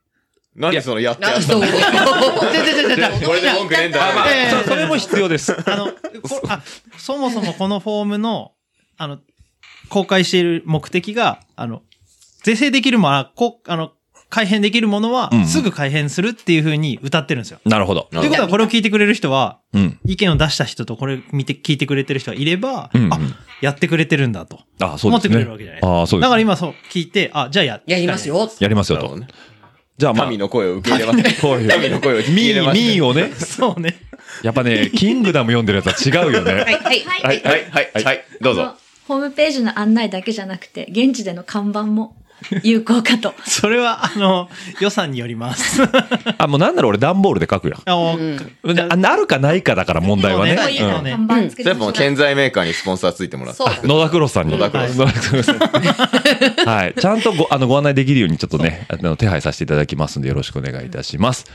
C: 何そのやってや
G: なん
C: っ
G: そう。
F: じゃじゃじゃじゃ
C: これで文句ねえんだよ
E: まあ
F: えー
E: そそれも必要です。
F: あ の、こあ、そもそもこのフォームの、あの、公開している目的が、あの、是正できるものは、こあの、改変できるものは
E: うんう、ん
F: すぐ改変するっていう風に歌ってるんですよ。
E: なるほど。
F: ということは、これを聞いてくれる人は、
E: うん。
F: 意見を出した人と、これ見て、聞いてくれてる人がいれば、
E: うんうん
F: あ、やってくれてるんだと。
E: あ、そう
F: 思っ
E: ですね。
F: てくれるわけじゃないですか。
E: ああ、そうです。
F: だから今そう、聞いて、あ、じゃあや
G: やります。よ。
E: やりますよ
C: なるほ
E: と
C: どね。
E: じゃあまあ、
C: 民の声を受け入れます。
E: こういう
C: 民の声を受け
E: ミ
C: 入れ
E: ー、
C: ます。
E: ミーをね、
F: そうね。
E: やっぱね、キングダム読んでるやつは違うよ
G: は
E: ね。
G: い、はい。
H: は
C: はい、はい、はい、はい、どう
H: あの
C: ぞ。
H: ホームページの案内だけじゃなくて、現地での看板も有効かと。
F: それは、あの、予算により ます。
E: あ、もうなんなら俺段ボールで書くやん。
F: あの
G: うん
E: あなるかないかだから問題はね。
F: そうね
H: こういう
E: うん
H: 看板つ
C: それ
H: けて
C: やっぱもう
H: ほしいな
C: 建材メーカーにスポンサーついてもらって。
G: そう
E: 野田クロスさんに。
C: 野田クロ
F: ス
E: 野田クロスさんはい。ちゃんとご、あの、ご案内できるようにちょっとね、あの、手配させていただきますんでよろしくお願いいたします。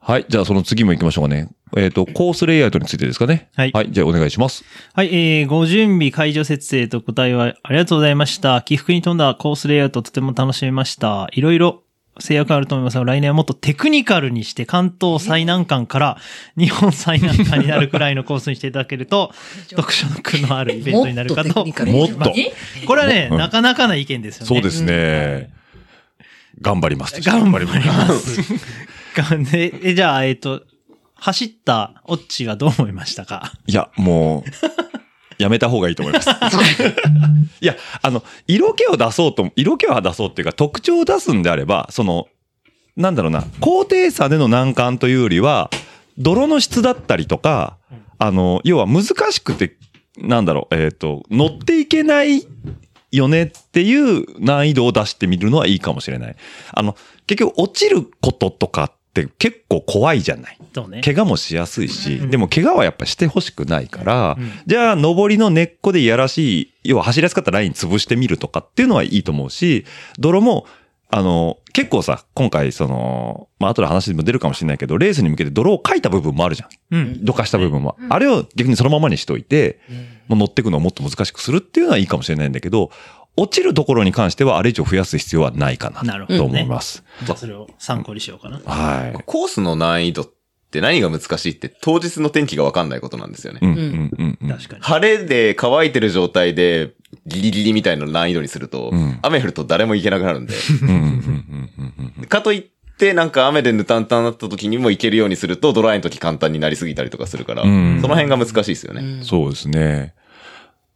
E: はい。じゃあその次も行きましょうかね。えっ、と、コースレイアウトについてですかね。
F: はい
E: はい。じゃあお願いします。
F: はい、えー、ご準備会場設営と答えはありがとうございました。起伏に富んだコースレイアウトとても楽しめました。いろいろ制約あると思いますが、来年はもっとテクニカルにして関東最難関から日本最難関になるくらいのコースにしていただけ ると、読書の苦のあるイベントになるか
G: もっとテ
F: と。
G: クニカルに
E: もっと
F: これはね、
E: うん
F: なかなかな意見ですよね。
E: そうですね。頑張ります。
F: 頑張ります。頑張ります。 え、じゃあ、えっ、と、走ったオッチはどう思いましたか
E: いや、もう、やめた方がいいと思います。いや、あの、色気を出そうと、色気を出そうっていうか、特徴を出すんであれば、その、なんだろうな、高低差での難関というよりは、泥の質だったりとか、あの、要は難しくて、なんだろう、えっ、と、乗っていけないよねっていう難易度を出してみるのはいいかもしれない。あの、結局落ちることとかって結構怖いじゃない。
F: どうね。
E: 怪我もしやすいし、
F: うん
E: でも怪我はやっぱしてほしくないから、
F: うん
E: じゃあ上りの根っこでいやらしい、要は走りやすかったライン潰してみるとかっていうのはいいと思うし、泥も、あの、結構さ、今回その、まあ後で話にも出るかもしれないけど、レースに向けて泥をかいた部分もあるじゃん。
F: うん。
E: どかした部分も。
H: うん
E: あれを逆にそのままにしといて、もう乗ってくのをもっと難しくするっていうのはいいかもしれないんだけど、落ちるところに関してはあれ以上増やす必要はないかな
F: なるほ
E: と
F: ど
E: 思
F: ね
E: います。
F: じゃあそれを参考にしようかな。
E: はい。
C: コースの難易度って何が難しいって当日の天気がわかんないことなんですよね。
E: うん、うん、うん、うん。
F: 確かに。
C: 晴れで乾いてる状態でギリギリみたいな難易度にすると、
E: うん
C: 雨降ると誰も行けなくなるんで。
E: うん、うん、うん、うんうん。
C: かといって、なんか雨でぬたんたんなった時にも行けるようにすると、ドライの時簡単になりすぎたりとかするから、
E: うん
C: その辺が難しいですよね。
E: そうですね。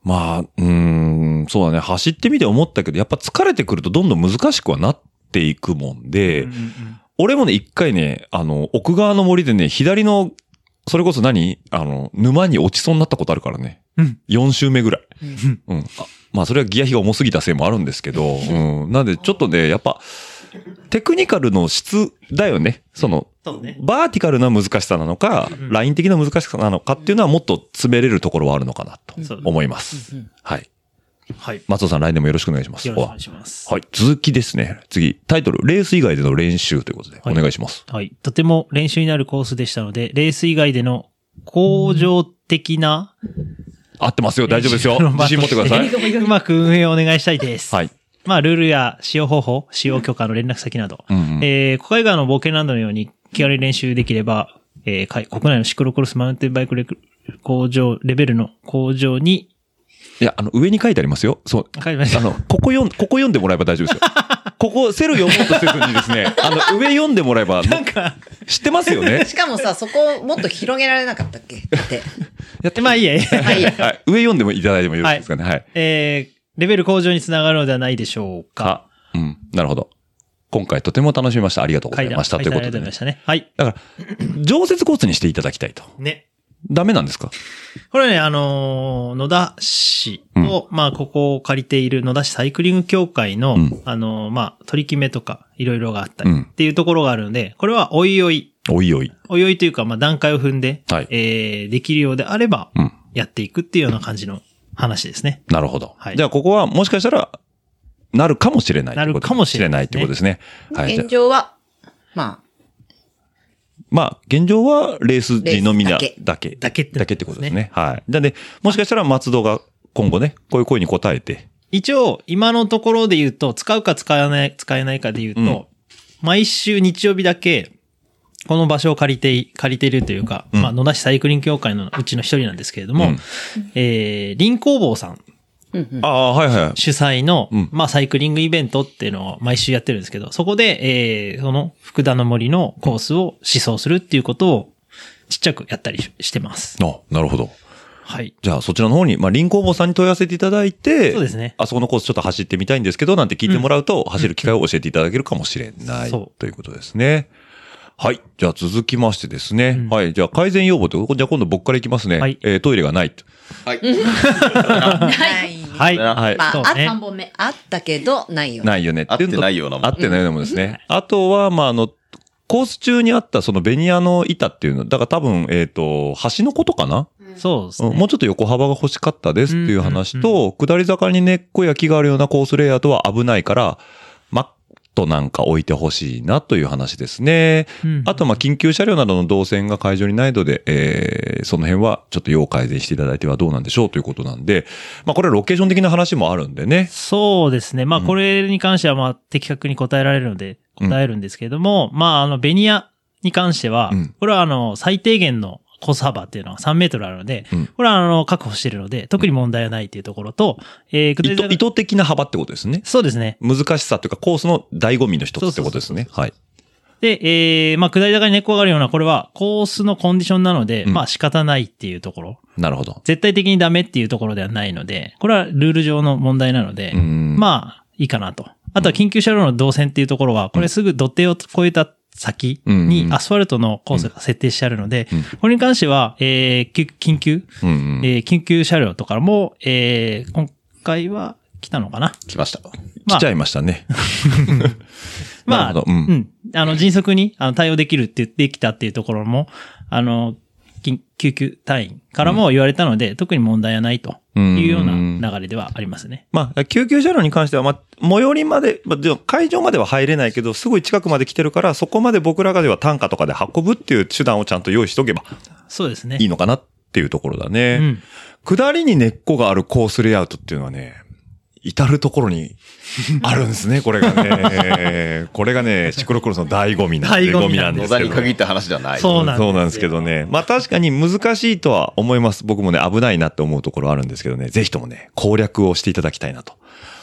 E: まあ、うーん、そうだね。走ってみて思ったけど、やっぱ疲れてくるとどんどん難しくはなっていくもんで、
F: うんうん
E: 俺もね、一回ね、あの、奥側の森でね、左の、それこそ何あの、沼に落ちそうになったことあるからね。
F: うん
E: 4周目ぐらい。うん。あまあ、それはギア比が重すぎたせいもあるんですけど、うん。なんで、ちょっとね、やっぱ、テクニカルの質だよね。その、
F: そうね。
E: バーティカルな難しさなのか、
F: うん
E: ライン的な難しさなのかっていうのはもっと詰めれるところはあるのかなと
F: そうね
E: 思います。はい。
F: はい。よ
E: 松尾さん、来年もよろしくお願いします。
F: ろしくお願いします。
E: はい。続きですね。次、タイトル、レース以外での練習ということで、
F: はい
E: お願いします。
F: はい。とても練習になるコースでしたので、レース以外での向上的な、
E: 合ってますよ。大丈夫ですよ。自信持ってください。
F: うまく運営をお願いしたいです。
E: はい。
F: まあ、ルールや使用方法、使用許可の連絡先など、
E: うんうん
F: えー、国外側の冒険ランドのように気軽に練習できれば、えー海、国内のシクロクロスマウンテンバイクレク工場、レベルの向上に、
E: いや、あの、上に書いてありますよ。そう。
F: わかりまし
E: あ
F: た。
E: の、ここ読ん、ここ読んでもらえば大丈夫ですよ。 ここ、セル読もうとせずにですね、あの、上読んでもらえば、
F: なんか、
E: 知ってますよね
G: しかもさ、そこもっと広げられなかったっけって。
E: やって
F: まあいい や。
G: はいいや。
E: はい。上読んでもいただいてもよろしいですかね。はい。
F: えー、レベル向上につながるのではないでしょうか。
E: か。うん。なるほど。今回とても楽しみました。ありがとうございました。
F: は
E: ということ
F: ありがと
E: で、
F: うござい
E: ね
F: まし。たね。は
E: だ
F: い。
E: から、常設コースにしていただきたいと。
F: ね。
E: ダメなんですか
F: これね、あのー野田市と、まあ、ここを借りている野田市サイクリング協会の、
E: うん
F: あのーまあ、取り決めとか、いろいろがあったり
E: うん
F: っていうところがあるので、これはおいおい、
E: おいおい。
F: おいおいというか、まあ、段階を踏んで、
E: はい
F: えー、できるようであれば
E: うん、
F: やっていくっていうような感じの話ですね。
E: なるほど。
F: はい
E: じゃあ、ここはもしかしたら、なるかもしれないということ。
F: なるかもしれない
E: ということですね。はい。じゃ
G: 現
E: あ
G: 状は、ま
E: まあ、現状はレース時のみなだ
G: レース
E: け。
F: だけって
E: だけってことですね。はい。なんで、もしかしたら松戸が今後ね、こういう声に応えて、
F: 一応、今のところで言うと、使うか使わない、使えないかで言うと、
E: うん
F: 毎週日曜日だけ、この場所を借りてい、借りているというか、
E: うん
F: まあ、野田市サイクリング協会のうちの一人なんですけれど
E: う
F: も、
E: ん
F: えー、林工房さん
G: あ、うんうん。
E: ああ、はいはい。
F: 主催の、
E: うん
F: まあ、サイクリングイベントっていうのを毎週やってるんですけど、そこで、えー、その、福田の森のコースを思想するっていうことを、ちっちゃくやったりししてます。
E: あ、なるほど。
F: はい。
E: じゃあそちらの方に、まあ、林工房さんに問い合わせていただいて、
F: そうですね
E: あそこのコースちょっと走ってみたいんですけど、なんて聞いてもらうと、走る機会を教えていただけるかもしれない、
F: そう
E: ということですね。はい。じゃあ続きましてですね。
F: うん
E: はい。じゃあ改善要望と、じゃあ今度僕からいきますね。
F: はい
E: えートイレがないと。
C: はい。
G: ないね。
F: はい。
E: はい。
G: まあ、
F: そう
G: あ
F: ね
H: 3本目。
G: あったけど、ないよね。
E: ないよね
C: 合って
E: うのと
C: ないようなもん
E: 合ってないようなもんですね。あとは、まあ、あの、コース中にあったそのベニヤの板っていうの、だから多分、えっ、と、橋のことかな、
F: そうですね。
E: うんもうちょっと横幅が欲しかったですっていう話と、
F: うん
E: 下り坂に根っこや木があるようなコースレイアウトは危ないから、マットなんか置いてほしいなという話ですね。
F: うん
E: あと、まあ、緊急車両などの動線が会場にないので、えー、その辺はちょっと要改善していただいてはどうなんでしょうということなんで、まあ、これはロケーション的な話もあるんでね。
F: そうですね。まあ、
E: うん
F: これに関しては、まあ、的確に答えられるので、
E: うん
F: 答えるんですけれども、まあ、あの、ベニヤに関しては、
E: うん
F: これは、あの、最低限のコース幅っていうのは3メートルあるので、
E: うん
F: これは、あの、確保しているので、特に問題はないっていうところと、えー、
E: 意
F: 下り
E: 図
F: 坂
E: 意図的な幅ってことですね。
F: そうですね。
E: 難しさというかコースの醍醐味の一つってことですね。はい。
F: で、えー、まあ、下り坂に根っこがあるような、これは、コースのコンディションなので、
E: うん
F: まあ、仕方ないっていうところ。
E: なるほど。
F: 絶対的にダメっていうところではないので、これはルール上の問題なので、
E: うん
F: まあ、いいかなと。あとは緊急車両の動線っていうところは、これすぐ土手を越えた先
E: う
F: に
E: ん
F: アスファルトのコースが設定してあるので、
E: うん
F: これに関しては、えー、き緊急、
E: うんうん。
F: えー緊急車両とかも、えー、今回は来たのかな。
E: 来ました。
F: まあ
E: 来ちゃいましたね。
F: ま
E: な
F: あ、
E: るほ
F: う
E: どうん
F: ん、あの、迅速にあの対応できるって言ってきたっていうところも、あの、緊救急隊員からも言われたので、特に問題はないというような流れではありますね。
E: まあ、救急車両に関しては、まあ、最寄りまで、まあ、でも会場までは入れないけど、すごい近くまで来てるから、そこまで僕らがでは単価とかで運ぶっていう手段をちゃんと用意しとけば
F: そうですね。
E: いいのかなっていうところだね。
F: うん。
E: 下りに根っこがあるコースレイアウトっていうのはね、至るところにあるんですね、これが ね。これがね、シクロクロスの醍醐味な
F: 醍
E: 醍醐
F: 醐味なん
C: 野
E: 味な
C: 田
E: んですけ
C: に
E: ど
C: 限った話じゃない。
F: そうなんですよ
E: そうなんですけどね。まあ確かに難しいとは思います。僕もね、危ないなって思うところあるんですけどね、ぜひともね、攻略をしていただきたいなと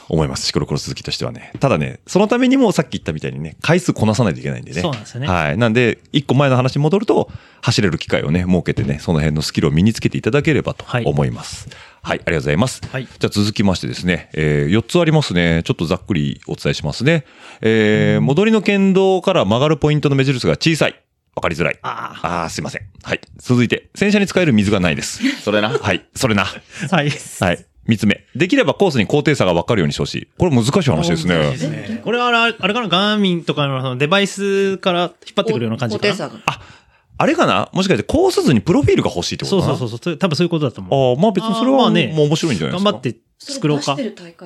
E: 思います。シクロクロス好きとしてはね。ただね、そのためにもさっき言ったみたいにね、回数こなさないといけないんでね。
F: そうなんですよね
E: はい。なんで、一個前の話に戻ると、走れる機会をね、設けてね、その辺のスキルを身につけていただければと
F: はい
E: 思います。はい、ありがとうございます。
F: はい
E: じゃあ続きましてですね、え4つありますね。ちょっとざっくりお伝えしますね。えー戻りの県道から曲がるポイントの目印が小さい。わかりづらい。ああー、すいません。はい。続いて、洗車に使える水がない です。
C: それな。
E: はい。それな。
F: はい。
E: はい。三つ目。できればコースに高低差がわかるようにしてほしい。これ難しい話ですね。
F: これはあれあれかなガーミンとかのそのデバイスから引っ張ってくるような感じか
G: 高
F: な。
G: 低差が
E: あれかなもしかしてコース図にプロフィールが欲しいってこと
F: そう
E: か
F: そ
E: な
F: うそうそう。多分そういうことだと思う。
E: ああ、まあ別にそれは
F: あーま
E: も
F: あ
E: う
F: ね
E: 面白いんじゃないです
F: 頑
E: か。
F: 張って作ろうか。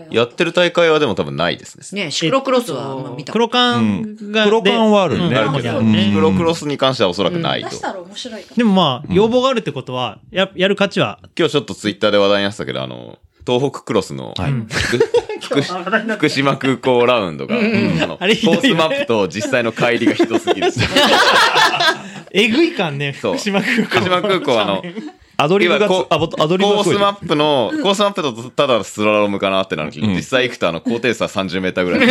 C: やってる大会はでも多分ないですね。
G: ね、シクロクロスはあんま見たこと
F: 黒缶が。
E: 黒缶はあるね
F: うん
C: あるけ
F: あ
C: ど、
F: るね
C: プロクロスに関してはおそらくないと。
H: 出したら面白いかも。
F: でもまあ、要望があるってことは、や、やる価値は、
C: 今日ちょっとツイッターで話題になってたけど、あの、東北クロスの、福福福島空港ラウンドが、あの、コ
F: あれひどいよ
C: ー
F: ね
C: スマップと実際の帰りがひどすぎる。
F: えぐい感ね、
C: そう
F: 福島空
C: 福
F: 港。
C: 島空港はあの、
E: アドリブがつ
C: 要はこう
E: あぼアドリブ
C: コ
E: が
C: ー
E: すご
C: ス
E: い
C: マップの、コースマップだとただスラロームかなってなるけど、
E: うん
C: 実際行くとあの、高低差30メーターぐ らい。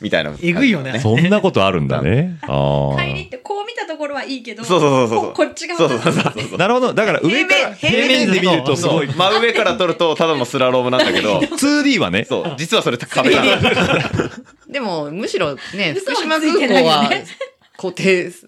C: みたいな。
F: えぐいよね。
E: そんなことあるんだ ね。あ
H: 帰りってこう見たところはいいけど、
C: そうそうそうそう。
H: ここっち側
C: そう
H: だ
C: そう
H: と
C: そうそう。
E: あ。なるほど。だから上から
F: 平面
E: で見るとすごい。
C: そう真上から撮るとただのスラロームなんだ けど
E: 2D はね。
C: そう実はそれ壁なの
G: でも、むしろね、
H: 嘘
G: 福
H: はつ
G: 島空
H: いてない
G: 港
H: よ
G: は
H: ね、
G: 固定図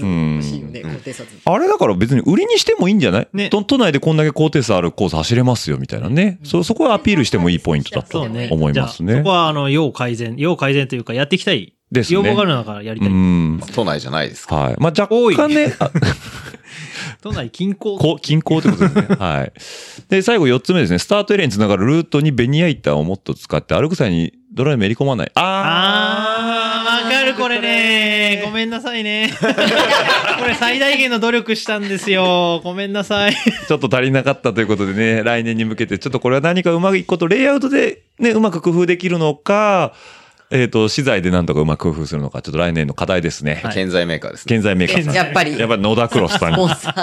E: うん
G: 欲しいよね、固定札。
E: あれだから別に売りにしてもいいんじゃない、
F: ね
E: 都都内でこんだけ高低差あるコース走れますよみたいなね。そ、そこはアピールしてもいいポイントだと
H: そうね
E: 思います
F: じゃあ
E: ね
F: そこ。は、あの、要改善、要改善というか、やっていきたい。
E: ですね
F: 要望があるのだからや
E: う
F: りたい。
E: ん。
C: 都内じゃないですか
E: はい。まあ、若干ね、あ
F: 都内近郊。
E: こ均衡ってことですね。はい。で、最後4つ目ですね。スタートエリアにつながるルートにベニヤ板をもっと使って歩く際にドライめり込まない。
F: あ
E: あー。
F: ー、わかるこれね。ごめんなさいね。これ最大限の努力したんですよ。ごめんなさい。
E: ちょっと足りなかったということでね、来年に向けて、ちょっとこれは何かうまくいくこと、レイアウトでね、うまく工夫できるのか、えっ、と、資材でなんとかうまく工夫するのか、ちょっと来年の課題ですね。
F: はい
C: 建材メーカーですね
E: 建材メーカーさん。
G: やっぱり
E: やっぱり野田クロスさんに。
G: もう
E: はい、
G: さ、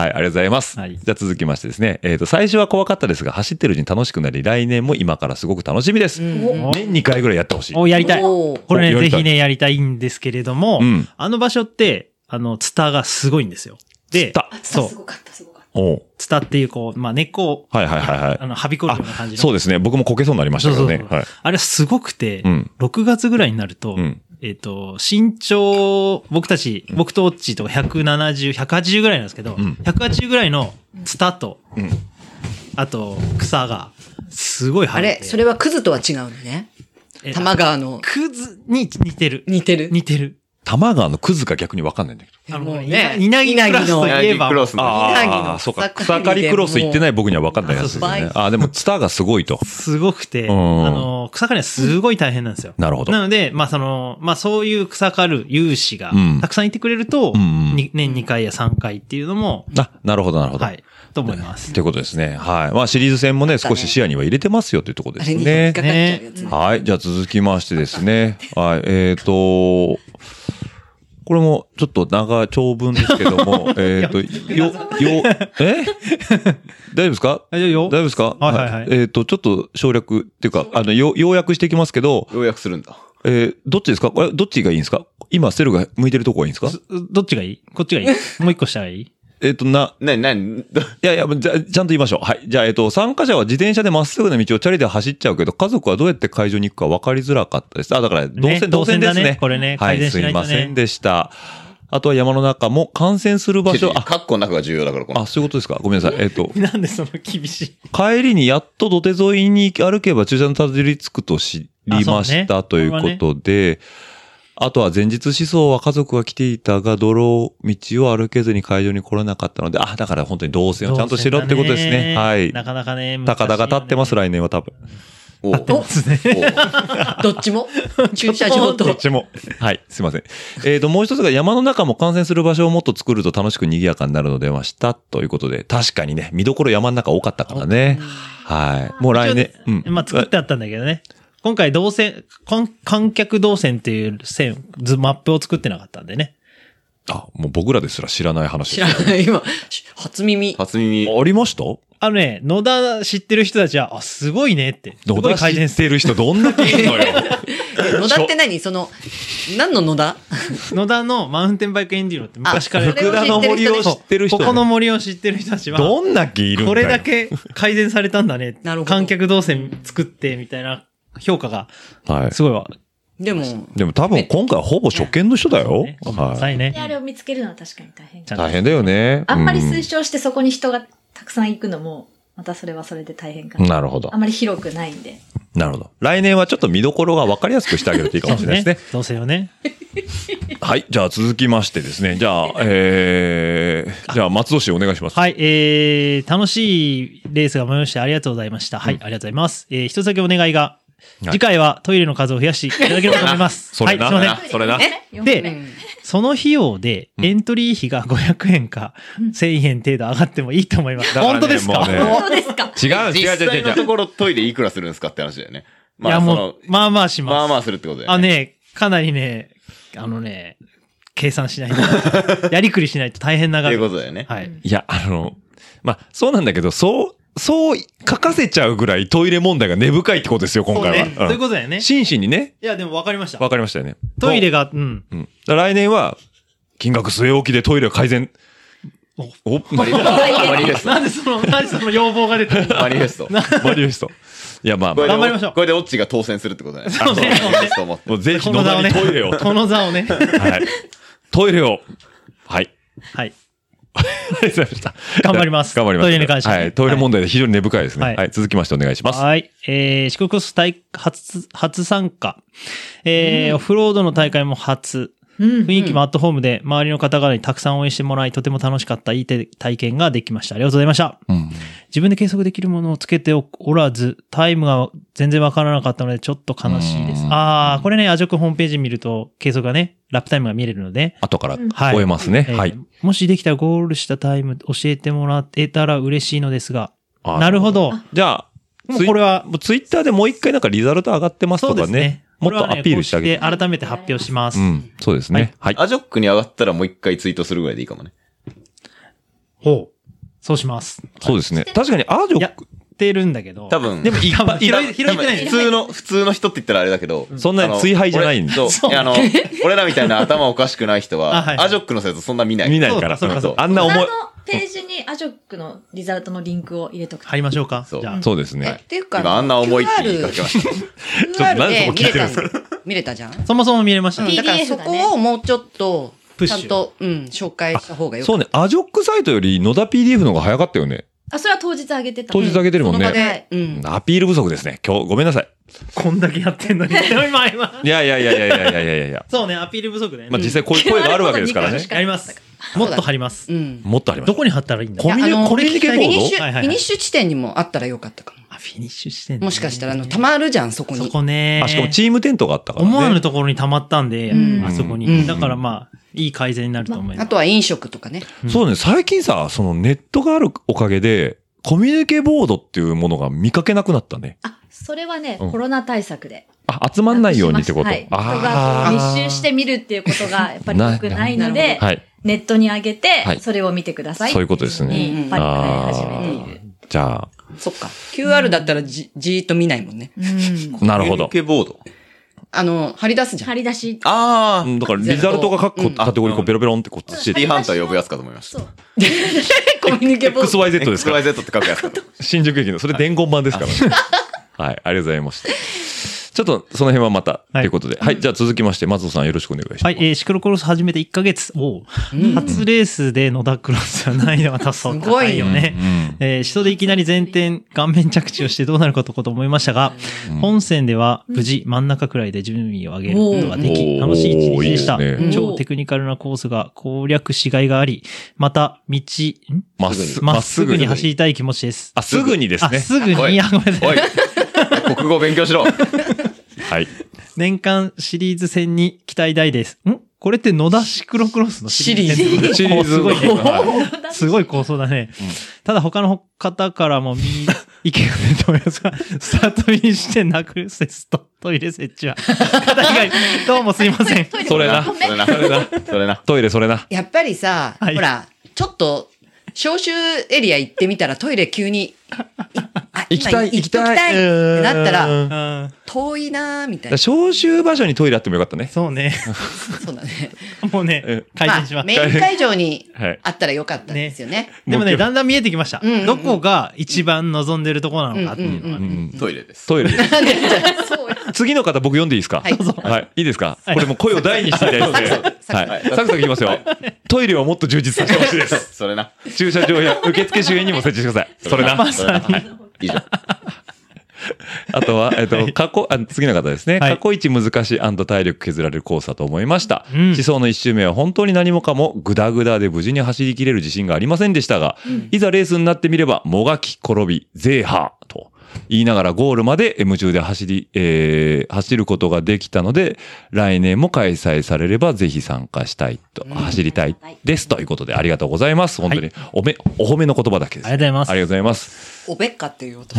E: ありがとうございます。
F: はい
E: じゃあ続きましてですね、えっ、と、最初は怖かったですが、走ってるうちに楽しくなり、来年も今からすごく楽しみです。年2回ぐらいやってほしい。
F: お、やりたい。
G: お
F: こ
G: ー
F: れ
E: お
F: ね、
E: やり
F: ぜ
E: たい
F: ひね、やりたいんですけれども
E: うん、
F: あの場所って、あの、ツタがすごいんですよ。で
E: た、
F: そう
H: す、ごかった、すごかっ
E: おう
F: ツタっていうこう、まあ根っこを、
E: はいはいはいはい
F: あの、はびこるような感じの。
E: そうですね。僕もこけそうになりましたけどね
F: そう。そう
E: はい。
F: あれはすごくて、
E: うん
F: 6月ぐらいになると、
E: うん
F: えっ、と、身長、僕たち、僕とオッチーと170、180ぐらいなんですけど、
E: ん
F: 180ぐらいのツタと、
E: ん
F: あと草が、すごい生
G: あ
F: え
G: れ
F: て、
G: それはクズとは違うのね。
F: え
G: 玉川の
F: クズに似てる。
G: 似てる。
F: 似てる。
E: 玉川のクズか逆にわかんないんだけど。
F: あの、
G: もう
F: ね
G: ね、
F: 稲木クラスといえば、
C: クロスの
E: ああ、そうか。草刈りクロス行ってない僕にはわかんないやつです
G: 倍
E: ね。ああ、でもツタがすごいと。
F: すごくて、あ
E: ん
F: の、草刈りはすごい大変なんですよ。
E: なるほど
F: な。ので、まあその、まあそういう草刈る有志が
E: うん
F: たくさんいてくれると、
E: うんうん
F: に年2回や3回っていうのも、
E: あ、なるほど、なるほど。
F: は
E: っ
F: い、と思います。
E: てことですね。はい。まあシリーズ戦もね、少し視野には入れてますよというところで
G: あ
E: す
G: れに引
E: ね
G: っか。かっちゃうやつね。
E: はい。じゃあ続きましてです ね。はい。えっ、と、これもちょっと長長文ですけども、 えっと、よ、よ、え大丈夫ですか
F: 大丈
E: 大丈夫ですか
F: はいはいはい
E: えっ、と、ちょっと省略っていうか、あの、よ、要約していきますけど、
C: 要約するんだ。
E: えーどっちですかこれ、どっちがいいんですか今、セルが向いてるとこがいいんですか
F: 夫どっちがいいこっ ちがいいもう一個したらいい
E: えっ、と、な、
C: なになにど
E: いやいや、じゃ、ちゃんと言いましょう。はい。じゃあ、えっと、参加者は自転車でまっすぐな道をチャリで走っちゃうけど、家族はどうやって会場に行くか分かりづらかったです。あ、だから、動線、動線
F: ね
E: です
F: 動線だ
E: ね
F: ね。これね
E: は
F: 改善
E: い、す
F: しないいとね
E: ませんでした。あとは山の中も感染する場所、あ、
C: カッコの中が重要だから、この
E: あ、。そういうことですか。ごめんなさい。えっと、
F: なんでその厳しい。
E: 帰りにやっと土手沿いに歩けば駐車場にたどり着くと知りまし
F: あ
E: た
F: そ
E: と
F: う
E: い
F: ね
E: うことで、あとは前日思想は家族が来ていたが、泥道を歩けずに会場に来れなかったので、あ、だから本当に動線をちゃんとしろってことです
F: 動線だ
E: ね。はい。
F: なかなかね、難しい
E: 高
F: よね
E: 田が立ってます、来年は多分。
C: おう
F: 立ってますね。
C: おう
G: どっちも駐車場
E: ど
G: と
E: っ。ちも。はい、すいません。えっ、と、もう一つが山の中も観戦する場所をもっと作ると楽しく賑やかになるのではした、ということで、確かにね、見どころ山の中多かったからね。はい。もう来年、うん。
F: まあ作ってあったんだけどね。今回動線、観観客動線っていう線、図、マップを作ってなかったんでね。
E: あ、もう僕らですら知らない話
G: 知
E: です
G: らない、今、し初耳。
C: 初耳。
E: ありました
F: あのね、野田知ってる人たちは、あ、すごいねって。すごい改善
E: 知ってる人どんだけいるのよ。
G: え野田って何その、何の野田
F: 野田のマウンテンバイクエンデューロって昔から
G: あそれ
E: 福
G: を知ってる人
E: 田の森を知ってる人。
F: ここの森を知ってる人たちは、
E: どんだけいるんだよ。
F: これだ。け改善されたんだね。
G: なるほど
F: 観客動線作って、みたいな評価が、
E: はい。
F: すごいわ。
G: でも、
E: でも多分今回ほぼ初見の人だよ
F: ね。
E: は
F: さ
E: い。
F: い
H: た。で、あ
F: ね。
H: れを見つけるのは確かに大変。
F: ちゃんと
E: 大変だよね。
H: あんまり
E: う
H: 推奨してそこに人がたくさん行くのも、またそれはそれで大変かな。
E: なるほど
H: あん。まり広くないんで。
E: なるほど。来年はちょっと見どころが分かりやすくしてあげるといいかもしれないですね。
F: 動線をね。
E: はい。じゃあ続きましてですね。じゃあ、えー、じゃあ松戸市お願いします。
F: はい、えー、楽しいレースが催ましてありがとうございました。はい、ありがとうございます。えー、一つだけお願いが、
E: い
F: 次回はトイレの数を増やしていただければと思いま す。
E: そ
F: はい、
E: れ
F: すい
E: な、
F: ません。
E: それな。
H: 4
F: で
H: 分目
F: その費用で、エントリー費が500円か、1000円程度上がってもいいと思います。
E: だからね
F: 本当ですか、
E: もうね
H: 本当ですか
E: 違う、違う、
C: 実
E: 違う、違
C: 際
E: う違
C: の
E: う。
C: ところトイレいくらするんですかって話だよね。
F: い
C: ま
F: や、
C: あ、そ
F: もう
C: の、、
F: まあまあします。
C: まあまあするってことだ
F: あ
C: よね。
F: ね、かなりね、あのね、計算しないと、やりくりしないと大変な
C: と
F: が
C: いうこ
F: ら。
C: とだよね。
F: はい。
E: いや、あの、まあ、そうなんだけど、そう、そう書かせちゃうぐらいトイレ問題が根深いってことですよ、今
F: そう
E: 回は。
F: ね。そういう
E: うん
F: ことだよね。い
E: 真摯にね、
F: や、でも分かりました。
E: わかりましたよね。
F: トイレが、うん。
E: うん。だから来年は、金額据え置きでトイレを改善。お、マリ
C: マニフェスト。
F: なんでその、なんでその要望が出てる の
C: マニフェスト。
E: マリウスト。いや、まあま
C: こ
E: あ、
C: れで
F: 頑張りましょう
C: これでオッチが当選するってことだよね。
F: そうね
C: あのマニフェストを持って
E: もうぜひ
F: こ
E: 野
F: の座
E: 田
F: を
E: にト
F: ね。
E: イレを。は
F: この座をね。
E: い。トイレを。はい。
F: はい。
E: ありがとうございました。
F: 頑張ります
E: 頑張ります。
F: トイレに関して
E: はい。トイレ問題で非常に根深いです
F: は
E: ね。
F: い
E: はい。続きましてお願いします。
F: はい。えー、四国コス大初、初参加。えーオフロードの大会も初。雰囲気もアットホームで、周りの方々にたくさん応援してもらい、とても楽しかったいいて体験ができました。ありがとうございました。
E: うん。
F: 自分で計測できるものをつけておらず、タイムが全然わからなかったので、ちょっと悲しいです
E: う。ん
F: あー、これね、アジョクホームページ見ると、計測がね、ラップタイムが見れるので、
E: 後から
F: はい
E: 終えますね。
F: えー
E: はい。
F: もしできたらゴールしたタイム教えてもらえたら嬉しいのですが、
E: あ
F: なるほど。
E: じゃあ、
F: もうこれは、
E: もうツイッターでもう一回なんかリザルト上がってます
F: そう
E: と
F: で
E: か
F: す
E: ね。
F: ね。
E: もっとアピールしてあげ
F: これはね公式で改めて発表します。
E: て。うん。そうですね。はい。
C: アジョックに上がったらもう一回ツイートするぐらいでいいかもね。
F: ほう。そうします。
E: そうですね。確かに、アージョ
F: いや
E: ック、
F: ってるんだけど。
C: 多分
F: でも、いっぱい、拾い、拾えてない
C: 普通の、普通の人って言ったらあれだけど。
E: そんなに追敗じゃないん
C: で
E: だ
C: そう。いやあ の、俺らみたいな頭おかしくない人
F: あはい
C: は、
F: はい
C: アジョックの生徒そんな見ない。
E: 見ないから。
F: そうかそうか
E: あんな
H: あの
E: 重い。
H: ページにアジョックのリザルトのリンクを入れとくと。
F: 貼りましょうか。
C: そう
F: じゃあ。
E: そうです
G: え
E: ね。
G: っていうか、
C: 今あんな重いって言い
G: QR
C: かけました。
G: QR で
E: 何
G: 見
E: でそこ聞いて
G: れ
E: る
G: た
E: んです
G: 見れたじゃん、
F: そもそも見れました
G: うん、
F: ね。
G: だからそ
H: PDF がね
G: こをもうちょっと、
F: プッ
G: ちゃ
F: シュ
G: んと、うん、紹介した方がよ
E: そうね。アジョックサイトより野田 PDF の方が早かったよね。
H: あ、それは当日あげてた。
E: 当日上げてるもん
G: その場
E: ね。
G: で、うん。
E: アピール不足ですね。今日、ごめんなさい。
F: こんだけやって んのに。でも今、今。
E: いやいやいやいやいやいやいやいや。
F: そうね、アピール不足で。
E: まあ実際こういう声があるわけですから ね。
F: やります。もっと貼ります
G: う。ん。
E: もっとありま
F: ど
E: す。
F: こに貼ったらいいんだ
E: コミュニ
G: いやあの
E: コミュニケ
G: フ
E: ボ
G: ィニッシ
E: ー
G: ュ、
E: ド
F: はいはいはい
G: フィニッシュ地点にもあったらよかったかも。
F: あ、フィニッシュしてんだね
G: もしかしたら、あの、たまるじゃん、そこに。
F: そこね。
E: あ、しかもチームテントがあったからね。
F: 思わぬところに溜まったんで、
G: うん
F: あそこ
G: う
F: に。
G: ん
F: だからまあ、いい改善になると思いま
G: あ
F: す。
G: とは飲食とかね。
E: そうね、最近さ、そのネットがあるおかげで、コミュニケボードっていうものが見かけなくなったね。
H: あ、それはね、
E: うん
H: コロナ対策で。
E: あ、集まんないようにってこと。
H: はい。人
E: あ
H: が
E: あ。
H: こう密集して見るっていうことがやっぱり良くないので、
E: はい。
H: ネットに上げ
E: は
H: て、
E: い
H: それを見てください。
E: そういうことですね。
H: にやっぱり流れ始めている。
E: じゃ
G: そっか。QR だったらじ、じーっと見ないもんね。
H: うん。
E: あ、なるほど
C: コ。ミュニケボード。
G: あの、張り出すじゃん
H: 張。り出し。
C: あ
E: うんだから、リザルトが各個
G: うん
E: カテゴリーこうペロペロンってこうつ
C: シ
E: い
C: テ
E: て
C: ィハンター呼ぶやつかと思いました。
H: そう。
G: コミュニケボード。
E: XYZ ですから。
C: XYZ って書くやつかと。
E: 新宿駅の、それ伝言版ですから ね。はい、ありがとうございました。ちょっと、その辺はまた、と
F: はい
E: いうことで。はい、じゃあ続きまして、松尾さんよろしくお願いします。
F: はい、えーシクロクロス始めて1ヶ月。おう
G: うん
F: 初レースで野田クロスは難易度が多そう。
G: すごい
F: 高いよね。
E: うん。
F: えー、人でいきなり前転、顔面着地をしてどうなるかとこと思いましたが、本戦では無事真ん中くらいで順位を上げることがで
E: お
F: き、
E: ー
F: 楽しい一日でした。
E: いいです
G: ね
F: 超テクニカルなコースが攻略しがいがあり、また道、ん
E: まっすぐ
F: まっすぐに走りたい気持ちです。
E: あ、すぐにで
F: あ、
E: すね。
F: すぐ
C: お
F: に、
C: い
F: いや、ごめんなさ
C: お
F: い
C: い。国語勉強しろ。
E: はい。
F: 年間シリーズ戦に期待大です。んこれって野田シクロクロスのシリーズ
G: シリ
F: 戦
E: シリーズ
F: おすごいね。
E: は
F: すごい構想だね。ただ他の方からも見、意見が出ております が、スタートフィニッシュでナクルセスとトイレ設置は。確かに、どうもすいません。
E: それな
C: それな。それな。それな。
E: トイレそれな。
G: やっぱりさ、
F: はい
G: ほら、ちょっと、消臭エリア行ってみ たらトイレ急に、いあ
E: 行きたい、
G: 今
E: 行きた
G: っとき
E: い。
G: ってなっ た
E: うん
G: ら、
E: だか
F: うん
G: 遠いなーみたい
E: ら
G: な。
E: 招集場所にトイレあってもよかったね。
F: そ うね。
G: そうだね。
F: もう
E: え
F: ね、改善し
G: ま
F: ま
G: あ、
F: す。
G: メイン会場に
E: はい
G: あったらよかったんですよね。
F: でも
E: も
F: ね、
E: う
F: だんだん見えてきました
G: んうんう。ん
F: どこが一番望んでるところなのかっていうのは
E: う
F: ね。
E: ん
C: トイレです。
E: ト イレです。
G: そうよ
E: 次の方僕読んでいいですか
G: はいどうぞ
E: はい。いいですかこれもう声を大にしていただいて。はい。サクサクいきますよ。トイレをもっと充実させてほしいです。
C: それな。
E: 駐車場や受付周辺にも設置してください。それな。
C: それな。はい以上。
E: あとは、えっと、過去、あ次の方ですね。
F: はい
E: 過去一難しい体力削られるコースだと思いました。
F: うん
E: 思想の一周目は本当に何もかもグダグダで無事に走り切れる自信がありませんでしたが、いざレースになってみれば、もがき、転び、ゼーハーと言いながらゴールまで夢中で走り、えー走ることができたので、来年も開催されればぜひ参加したいと、走りたいです。ということで、ありがとうございます。本当に、おめ、お褒めの言葉だけです。
F: ありがとうございます
E: ありがとうございます。
G: おべっかってい う音。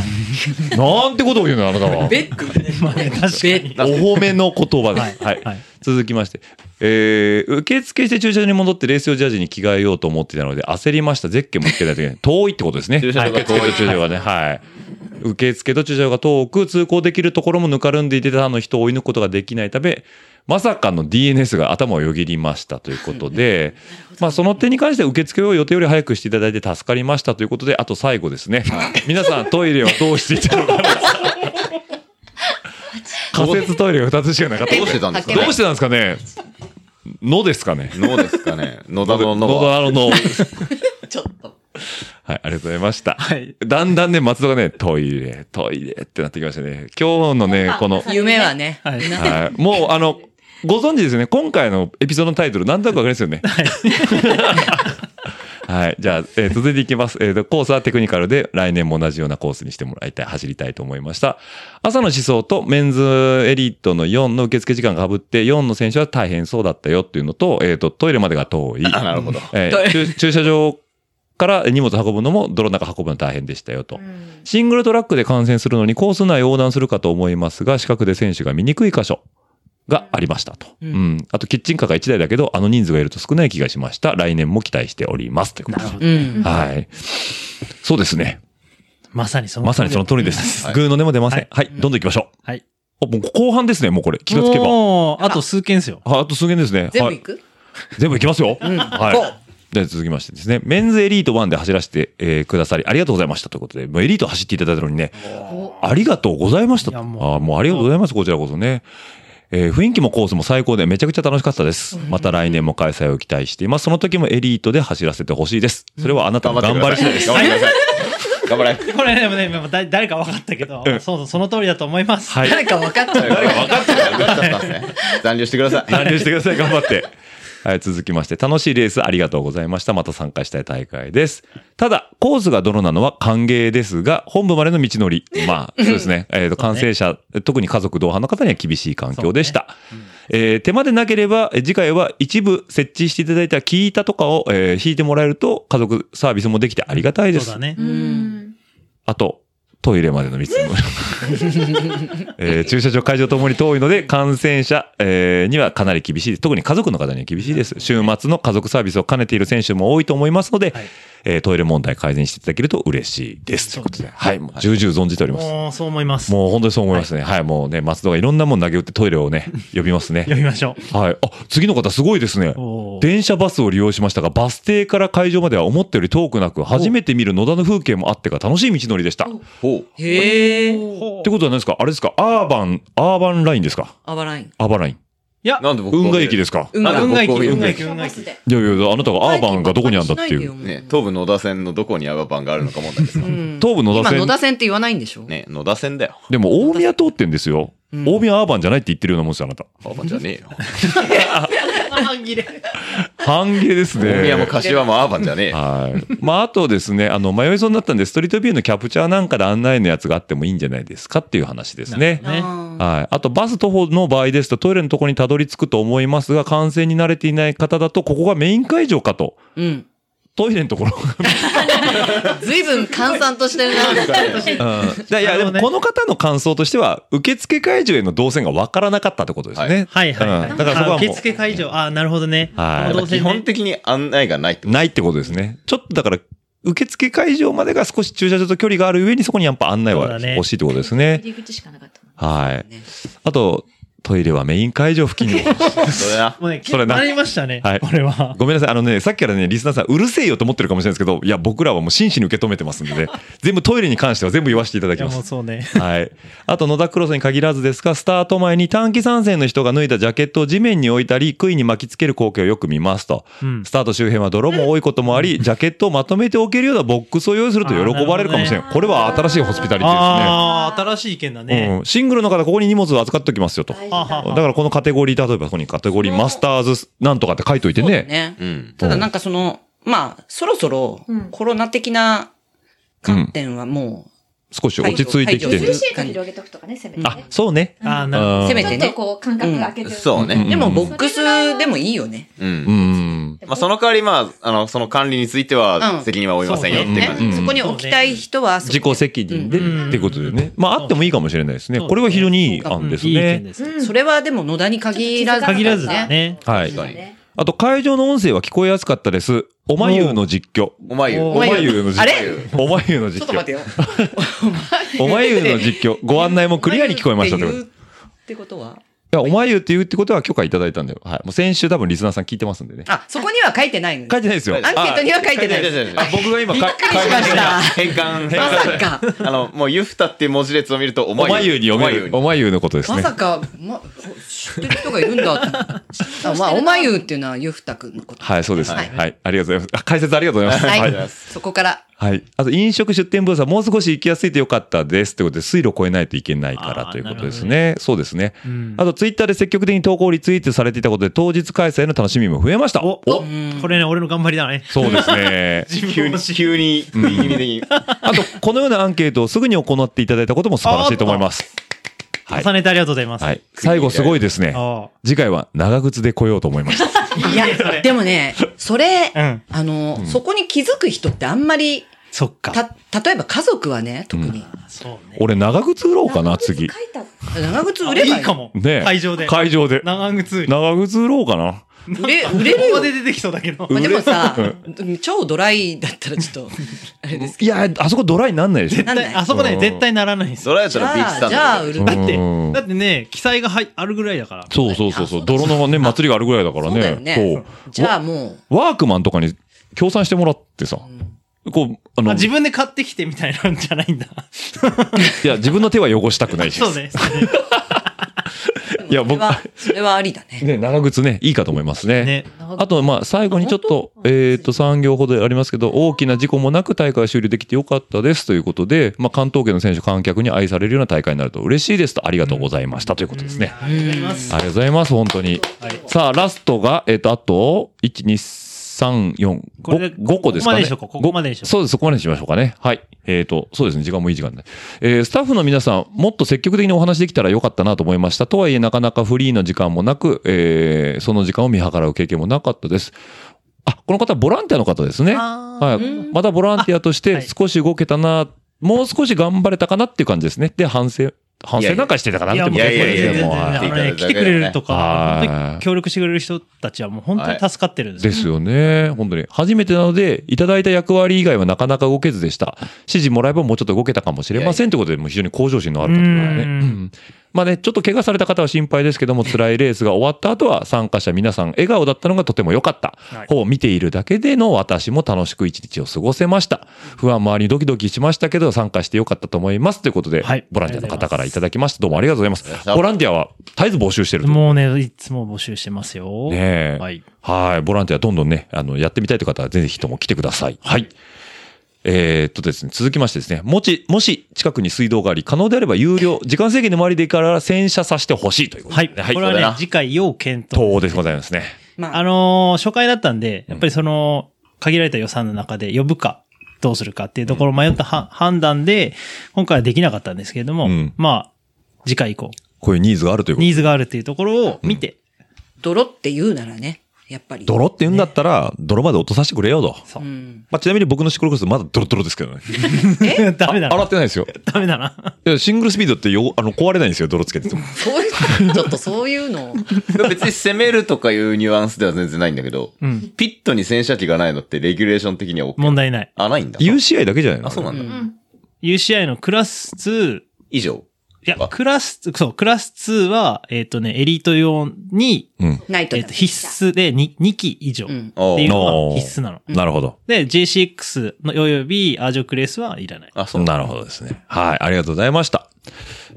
E: なんてことを言うの、あなた は。
G: べっく
F: まあね、確かに。
E: お褒めの言葉で
F: はい
E: す。はい。
F: はい
E: 続きまして、えー、受付して駐車場に戻ってレース用ジャージに着替えようと思っていたので焦りました。ゼッケンもつけないといけ ない。遠いってことですね。
C: 駐車場が遠い
E: 受付と駐車場がね。はい。受付と駐車場が遠く、通行できるところもぬかるんでいてたの人を追い抜くことができないため、まさかの DNS が頭をよぎりましたということで、まあその点に関しては受付を予定より早くしていただいて助かりましたということで、あと最後ですね。皆さんトイレはどうしていたのか な仮設トイレが2つしかなかった。
C: どうしてたんですか
E: ど
C: ね
E: うしてなんですかねのですかね
C: 脳ですかね。野田の脳
E: の
C: は。
E: だのの。はい、
G: ちょっと。
E: ありがとうございました。
F: はい
E: だんだんね、松戸がね、トイレ、トイレってなってきましたね。今日のね、この、
G: 夢はね。
F: はい
E: はい、もうあの、ご存知ですよね。今回のエピソードのタイトル、なんとなくわかりますよね。はい。じゃあ、えー続いていきます。えーと、コースはテクニカルで、来年も同じようなコースにしてもらいたい、走りたいと思いました。朝の思想とメンズエリートの4の受付時間が被って、4の選手は大変そうだったよっていうのと、えっ、と、トイレまでが遠い。
C: あなるほど。
E: えー駐駐車場から荷物運ぶのも泥の中運ぶの大変でしたよと。シングルトラックで観戦するのにコース内横断するかと思いますが、視覚で選手が見にくい箇所がありましたと。うん。あと、キッチンカーが1台だけど、あの人数がいると少ない気がしました。来年も期待しております。ということです。
G: うん。
E: はい。そうですね。
F: まさにその。
E: まさにその通りです。グーの音も出ません。はい、どんどん行きましょう。
F: はい。
E: おもう後半ですね、もうこれ。気がつけば。
F: もう、あと数件ですよ。
E: ああと数件ですね。
G: 全
E: は
G: 部
E: い
G: いく
E: 全部いきますよ。
G: ゴー
E: はい。で、続きましてですね、メンズエリート1で走らせて、えーくださり、ありがとうございましたということで、もうエリート走っていただいたのにね、ありがとうございました
F: い
E: と。
F: や
E: あ
F: もう
E: ーもうありがとうございます、こちらこそね。えー雰囲気もコースも最高でめちゃくちゃ楽しかったです。また来年も開催を期待しています。その時もエリートで走らせてほしいです。それはあなたの頑張り次第です。
C: 頑張ってください。頑張れ。
F: これねでもね、今だ誰か分かったけど、そうそう、その通りだと思いま す。
E: はい。
G: 誰か分かっちゃう。
C: 誰か分かってた分かっちゃったんですね。残留してください。
E: 残留してください。頑張って。はい、続きまして、楽しいレースありがとうございました。また参加したい大会です。ただ、コースが泥なのは歓迎ですが、本部までの道のり、まあ、そうですね。えっ、と、
F: そうね
E: 感染者、特に家族同伴の方には厳しい環境でした。えー手間でなければ、え次回は一部設置していただいたキータとかを、えー引いてもらえると、家族サービスもできてありがたいで
F: そう
E: す。
F: だね
H: う。ん。
E: あと、トイレまでの道 のり。えー駐車場会場ともに遠いので、感染者、えーにはかなり厳しいです。特に家族の方には厳しいです。週末の家族サービスを兼ねている選手も多いと思いますので、
F: はい
E: えートイレ問題改善していただけると嬉しいです。ということで、はい、もう重々存じております。
F: もう、そう思います。
E: もう本当にそう思いますね。はい、もうね、松戸がいろんなもん投げ打ってトイレを ね、呼びますね。
F: 読みましょ
E: はい。あ、次の方すごいですね
F: う。。おー
E: 電車バスを利用しましたが、バス停から会場までは思ったより遠くなく、初めて見る野田の風景もあってか楽しい道のりでした。
C: ほう。
G: へえ。
E: ってことは何ですかあれですかアーバン、アーバンラインですか
G: あばらい。
E: アーバンライン。
C: なんで僕。
E: 運河駅ですすか
G: 運
C: なん
G: 河
C: で
F: 運河
C: 僕
F: 駅、
C: こういう
F: 運河
C: ね
F: 駅、運河駅。
E: いやいや、あなたがアーバンがどこにあるんだっていう。
C: ね、東武野田線のどこにアーバンがあるのか問題ですか
G: う。ん
E: 東武野田
G: 今
E: 線
G: 野田線って言わないんで しょ
C: ね、野田線だよ。
E: でも大宮通ってんですよ。
G: うん
E: 大宮アーバンじゃないって言ってるようなもんですよ、あなた。
C: アーバンじゃねえよ。
E: 半径ですね。
C: 大宮も柏もアーバンじゃねえよ。
E: はい。まあ、あとですね、あの、迷いそうになったんで、ストリートビューのキャプチャーなんかで案内のやつがあってもいいんじゃないですかっていう話ですね。
F: ね
G: あー
E: はい。あと、バス徒歩の場合ですと、トイレのとこにたどり着くと思いますが、感染に慣れていない方だと、ここがメイン会場かと。
G: うん。
E: トイレのところが
G: ずいぶん閑散としてる な。
E: うんいやいや、
F: なる
E: で
F: ほどね
E: もこの方の感想としては、受付会場への動線が分からなかったってことですね。
F: はいはい、は
E: う
F: い。
E: んだからそこは
F: あ
E: もう
F: 受付会場、あー、なるほどね。
E: はい
F: この動
C: 基
F: 線ね
C: 本的に案内がないってこと
E: ないってことですね。ちょっとだから、受付会場までが少し駐車場と距離がある上に、そこにやっぱ案内
F: そう
E: は
F: だね
E: 欲しいってことですね。
H: 入り口しかなかったもん。
E: はい。あと、トイレはメイン会場付近にも。
C: それ な。
F: もうね、
E: それな
F: なりましたね。
E: はい
F: これは。
E: ごめんなさい。あのね、さっきからね、リスナーさん、うるせえよと思ってるかもしれないですけど、いや、僕らはもう真摯に受け止めてますんでね、全部トイレに関しては全部言わせていただ
F: い
E: き
F: や、
E: ます
F: もう。そうね。
E: はい。あと、野田クロスに限らずですが、スタート前に短期参戦の人が脱いだジャケットを地面に置いたり、杭に巻きつける光景をよく見ますと。
F: うん
E: スタート周辺は泥も多いこともあり、ジャケットをまとめておけるようなボックスを用意すると喜ばれるかもしれ
F: あ
E: ん。
F: ーなるほどね
E: これは新しいホスピタリティ
F: ああ、新しい意見だ
E: ですね。
F: ね。
E: うん、シングルの方、ここに荷物を預かっておきますよと。だ
F: あはは
E: からこのカテゴリー、例えばここにカテゴリーマスターズなんとかって書いといてね。
G: ね。
C: うん。
G: ただなんかその、まあ、そろそろ
H: うん
G: コロナ的な観点はも
E: 少し落ち着いてきて
G: はいは
E: る
G: い。
H: シート広げとくとかね、せめて
E: あ
H: ね、。
E: そうね。
F: ああ、なるほど。
E: うん
G: せめ
H: ちょっとこう、間隔開けて。
C: そう
E: うん
G: う、
E: う
C: ね。
G: でもボックスでもいいよね。
C: う。
E: うんん。
C: まあ、その代わり、まあ、あの、その管理について
G: う
C: は
G: ん
C: 責任は負いませんよっていう
G: ね
C: 感じ。
E: うん
G: そこに置きたい人は、そこ
E: 自己責任で
F: うん
E: ってことでね。まあ、あってもいいかもしれないですね。
F: そうですね
E: これは非常にいい案です
F: いい意見
E: ね。
F: です。
H: うん
G: それはでも野田に限らず、
F: 限らずだね。
E: は
H: そう
E: い。
H: だ
C: 確か
H: ね。
E: あと、会場の音声は聞こえやすかったです。おまゆうの実況。
C: お前
F: お
C: よ。
E: おまゆうの実況。
G: あれ
E: おまゆうの
G: ち
E: 実
G: ょっと待
E: 況。
G: てよ。
E: おまゆうの実況。ご案内もクリアに聞こえました
G: っ
E: と
G: て
E: いう
G: 言
E: こ
G: うってことは
E: とで。いやおまゆうって言うってことは許可いただいたんだよ。はい。もう先週多分リスナーさん聞いてますんでね。
G: あ、そこには書いてないのね
E: 書いてないですよ。
C: ア
E: ア
C: ン
G: アンケートには書いてない。
E: 僕が今、か
G: しました。
C: 変換、変
G: まさ
C: 換。
G: か、
C: あの、もう、ゆふたっていう文字列を見ると、お
E: おまゆうに読める。お
C: お
E: まゆうのことです
G: ま
E: ね。
G: さか、ま、知ってる人がいるんだ。 あまあ、おまゆうっていうのはゆふたくんのこと。
E: はい、そうです
G: はい
E: ね。はい。ありがとうございますあ。解説ありがとうございます。
G: は
C: まゆ
G: い
C: う に。はい。
G: そこから。
E: はい。あと、飲食出店ブースはもう少し行きやすいとよかったです。ということで、水路を越えないといけないから
F: あー
E: ということです
F: な
E: ね。そうですね。
F: うん
E: あと、ツイッターで積極的に投稿リツイートされていたことで、当日開催の楽しみも増えました。
F: お、お、これね、俺の頑張りだね。
E: そうです ね。
C: 急に、急に、右に右に。
E: あと、このようなアンケートをすぐに行っていただいたことも素晴らしいと思い ます。はい
F: 重。ねてありがとうございます。
E: はい。最後、すごいですね。
F: あ
E: 次回は長靴で来ようと思いま した。
G: いや、でもね、それ、
F: うん
G: あの、そこに気づく人ってあんまり、
F: あ、そっか。
G: た、例えば家族はね、特に。
F: そうね。
E: 俺、長靴売ろうかな、
H: 長靴
E: 次
H: 書。いた
G: 長靴売れば
F: いいかも。
E: ねえ
F: 会場で。
E: 会場で。
F: 長靴売り。
E: 長靴売ろうかな。
G: 売れ、売れる
F: こ
G: よ
F: こ。で出てきそうだけど。
G: まあ、でもさ、超ドライだったらちょっと、あれですけ
E: いや、あそこドライになんないでしょ。
G: なんない
F: あそこね、
E: うん
F: 絶対ならないんです
C: そ
F: よ。
C: れやっ
G: ど。じ
C: たらビーチ
G: ゃ
C: サ
G: あ、
C: ン
G: じ
C: ダ
G: ゃあ
C: ー
G: 売
E: う
G: る
E: ん
G: べき。
F: だってね、記載がはいあるぐらいだから。
E: そうそうそうそ
G: あ
E: う。 泥のね、祭りがあるぐらいだから
G: そうだよ
E: ね。
G: ね。じゃあも
E: こうワークマンとかに協賛してもらってさ
G: う、う。ん
E: こう、あの、
F: あ自分で買ってきてみたいなんじゃないんだ。
E: いや、自分の手は汚したくないし。
F: そうね。
E: いや、
G: それ
E: 僕、
G: は、それはありだ ね。
E: ね、長靴ね、いいかと思いますね。
F: ね。
E: あと、まあ、最後にちょっと、えっ、と、3行ほどありますけど、大きな事故もなく大会終了できてよかったですということで、まあ、関東圏の選手、観客に愛されるような大会になると嬉しいですと、ありがとうございましたということですね。
F: ありがとうございます
E: あ。りがとうございます、本当に。
F: はい
E: さあ、ラストが、えっ、と、あと、1、2、3、4、
F: これで
E: 5, 個ですかね。
F: ここまでにしとこうここまでにしとこう
E: そうです、そこまでにしましょうかね。はい。えっ、と、そうですね、時間もいい時間で。えースタッフの皆さん、もっと積極的にお話できたらよかったなと思いました。とはいえ、なかなかフリーの時間もなく、えーその時間を見計らう経験もなかったです。あ、この方はボランティアの方ですね。
F: あー
E: はい。またボランティアとし
F: は
E: て
F: い
E: 少し動けたな、もう少し頑張れたかなっていう感じですね。で、反省、反省なんかしてたかなっ
F: い
E: て
F: や、もう
E: 思
C: い
E: っ
C: やい
F: 全
C: やいや
F: 然全然
E: もう
C: や
F: あ
C: いや
F: の
C: いや
F: ね来てくれるとか、
E: はい
F: 本当に協力してくれる人たちはもう本当に助かってるんです
E: で
F: よ。
E: すよね。本当に。初めてなので、いただいた役割以外はなかなか動けずでした。指示もらえばもうちょっと動けたかもしれませんということで、もう非常に向上心のある方だね。
F: う
E: うんんまあね、ちょっと怪我された方は心配ですけども、辛いレースが終わった後は参加者皆さん笑顔だったのがとても良かった
F: はい。
E: 方を見ているだけでの私も楽しく一日を過ごせました。不安もありドキドキしましたけど、参加して良かったと思います。ということで、
F: はい
E: ボランティアの方からいただきました。どうもありがとうございます。ボランティアは絶えず募集してると。ね
F: もうね、いつも募集してますよ。
E: え。
F: はい。
E: はい。ボランティアどんどんね、あの、やってみたいという方は、ぜひとも来てください。はい。えーっとですね、続きましてですね、もし、もし近くに水道があり、可能であれば有料、時間制限でもありでいいから洗車させてほしいということ
F: は
E: で
F: い。
E: すね。
F: これはね、次回要検討。
E: 東でございますね。
G: ま
F: あ
G: あ、
F: のー初回だったんで、やっぱりその、限られた予算の中で呼ぶか、どうするかっていうところを迷ったは判断で、今回はできなかったんですけれども、
E: うん
F: まあ、次回以降、
E: こういうニーズがあるということ
F: ニーズがあるっていうところを見て、
G: 泥って言うならね、やっぱり。
E: 泥って言うんだったら、泥まで落とさせてくれよと。
G: うん。
E: まあ、ちなみに僕のシクロクロスまだドロドロですけどね。
F: ダメだ
E: 洗
F: な。
E: ってないですよ。
F: ダメだな。
E: いやシングルスピードってよ、あの、壊れないんですよ、泥つけてても。
G: そういう、ちょっとそういうのを。
C: 別に攻めるとかいうニュアンスでは全然ないんだけど、
F: うん
C: ピットに洗車機がないのってレギュレーション的には OK。
F: 問題ない。
C: あ、ないんだ。
E: UCI だけじゃないの
C: あ、そうなんだ。
F: UCI のクラス2、
C: 以上。
F: いや
C: あ、
F: クラス、そう、クラス2は、えっ、とね、エリート用に、
E: うん。
G: ないと
F: え
G: ダ
F: っ、
G: メ
F: と、必須で 2, 2機以上っ
G: うん。
C: あ
F: ていう
C: ー
F: のが必須なの。
E: なるほど。
F: で、JCX の及びアージョクレースはいらない。
C: あ、そう
E: なるほどですね。はい。ありがとうございました。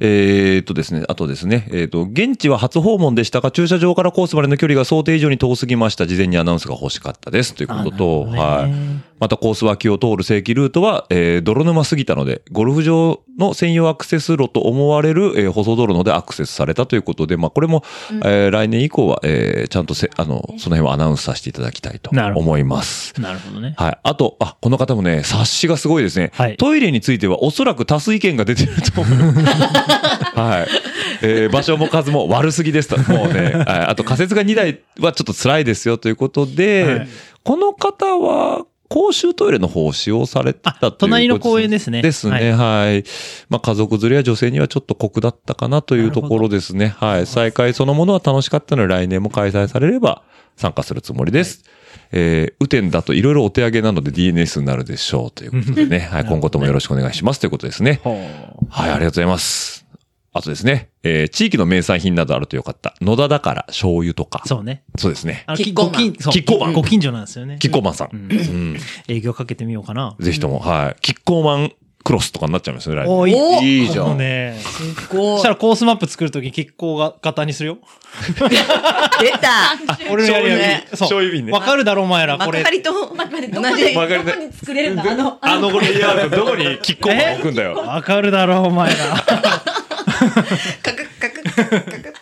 E: えー、っとですね、あとですね、えーっと、現地は初訪問でしたが、駐車場からコースまでの距離が想定以上に遠すぎました。事前にアナウンスが欲しかったです。ということと、
F: あなるほど
E: は
F: ね
E: い。またコース脇を通る正規ルートは、えー、泥沼過ぎたので、ゴルフ場の専用アクセス路と思われる、えー、舗装道路のでアクセスされたということで、まあ、これも、えー来年以降は、えー、ちゃんとせ、あの、その辺はアナウンスさせていただきたいと
F: なるほど
E: 思います。
F: なるほどね。
E: はい。あと、あ、この方もね、察しがすごいですね。
F: はい
E: トイレについてはおそらく多数意見が出てると 思います。はい。えー場所も数も悪すぎですと。もうね、はいあと仮説が2台はちょっと辛いですよということで、
F: はい
E: この方は、公衆トイレの方を使用されてたということ
F: 隣の公園ですね
E: ですね。はい。まあ、家族連れや女性にはちょっと酷だったかなというところですね。はい。再開そのものは楽しかったので、来年も開催されれば参加するつもりです。えー、雨天だといろいろお手上げなので DNS になるでしょうということでね。はい。今後ともよろしくお願いしますということですね。はい、ありがとうございます。あとですね、えー地域の名産品などあるとよかった。野田だから醤油とか。
F: そうね。
E: そうですね。
F: あの
G: キッコーマン
F: ご近そう
E: キッコーマン
F: ご近所なんですよね。
E: キッコーマンさん。
F: う
E: うんん。
F: 営業かけてみようかな。
E: ぜひとも、はい。キッコーマンクロスとかになっちゃいますよね、来年。
F: おー
G: お
F: い
C: い
F: い
C: いじゃん
F: もうね。
G: す
F: そ
G: ごい
F: したらコースマップ作るとき、キッコーが型にするよ。
G: 出た
F: 俺のやりやり。そう
E: 醤油瓶ね
F: わかるだろ、お前ら、
G: ま
F: これ
G: か。りと同じ。
E: 曲がり
H: ど
E: で
H: こに作れるんだあの、
E: あのレイアウト、どこにキッコーマン置くんだよ。
F: わかるだろ、お前 ら。
G: カクッカクッカクッ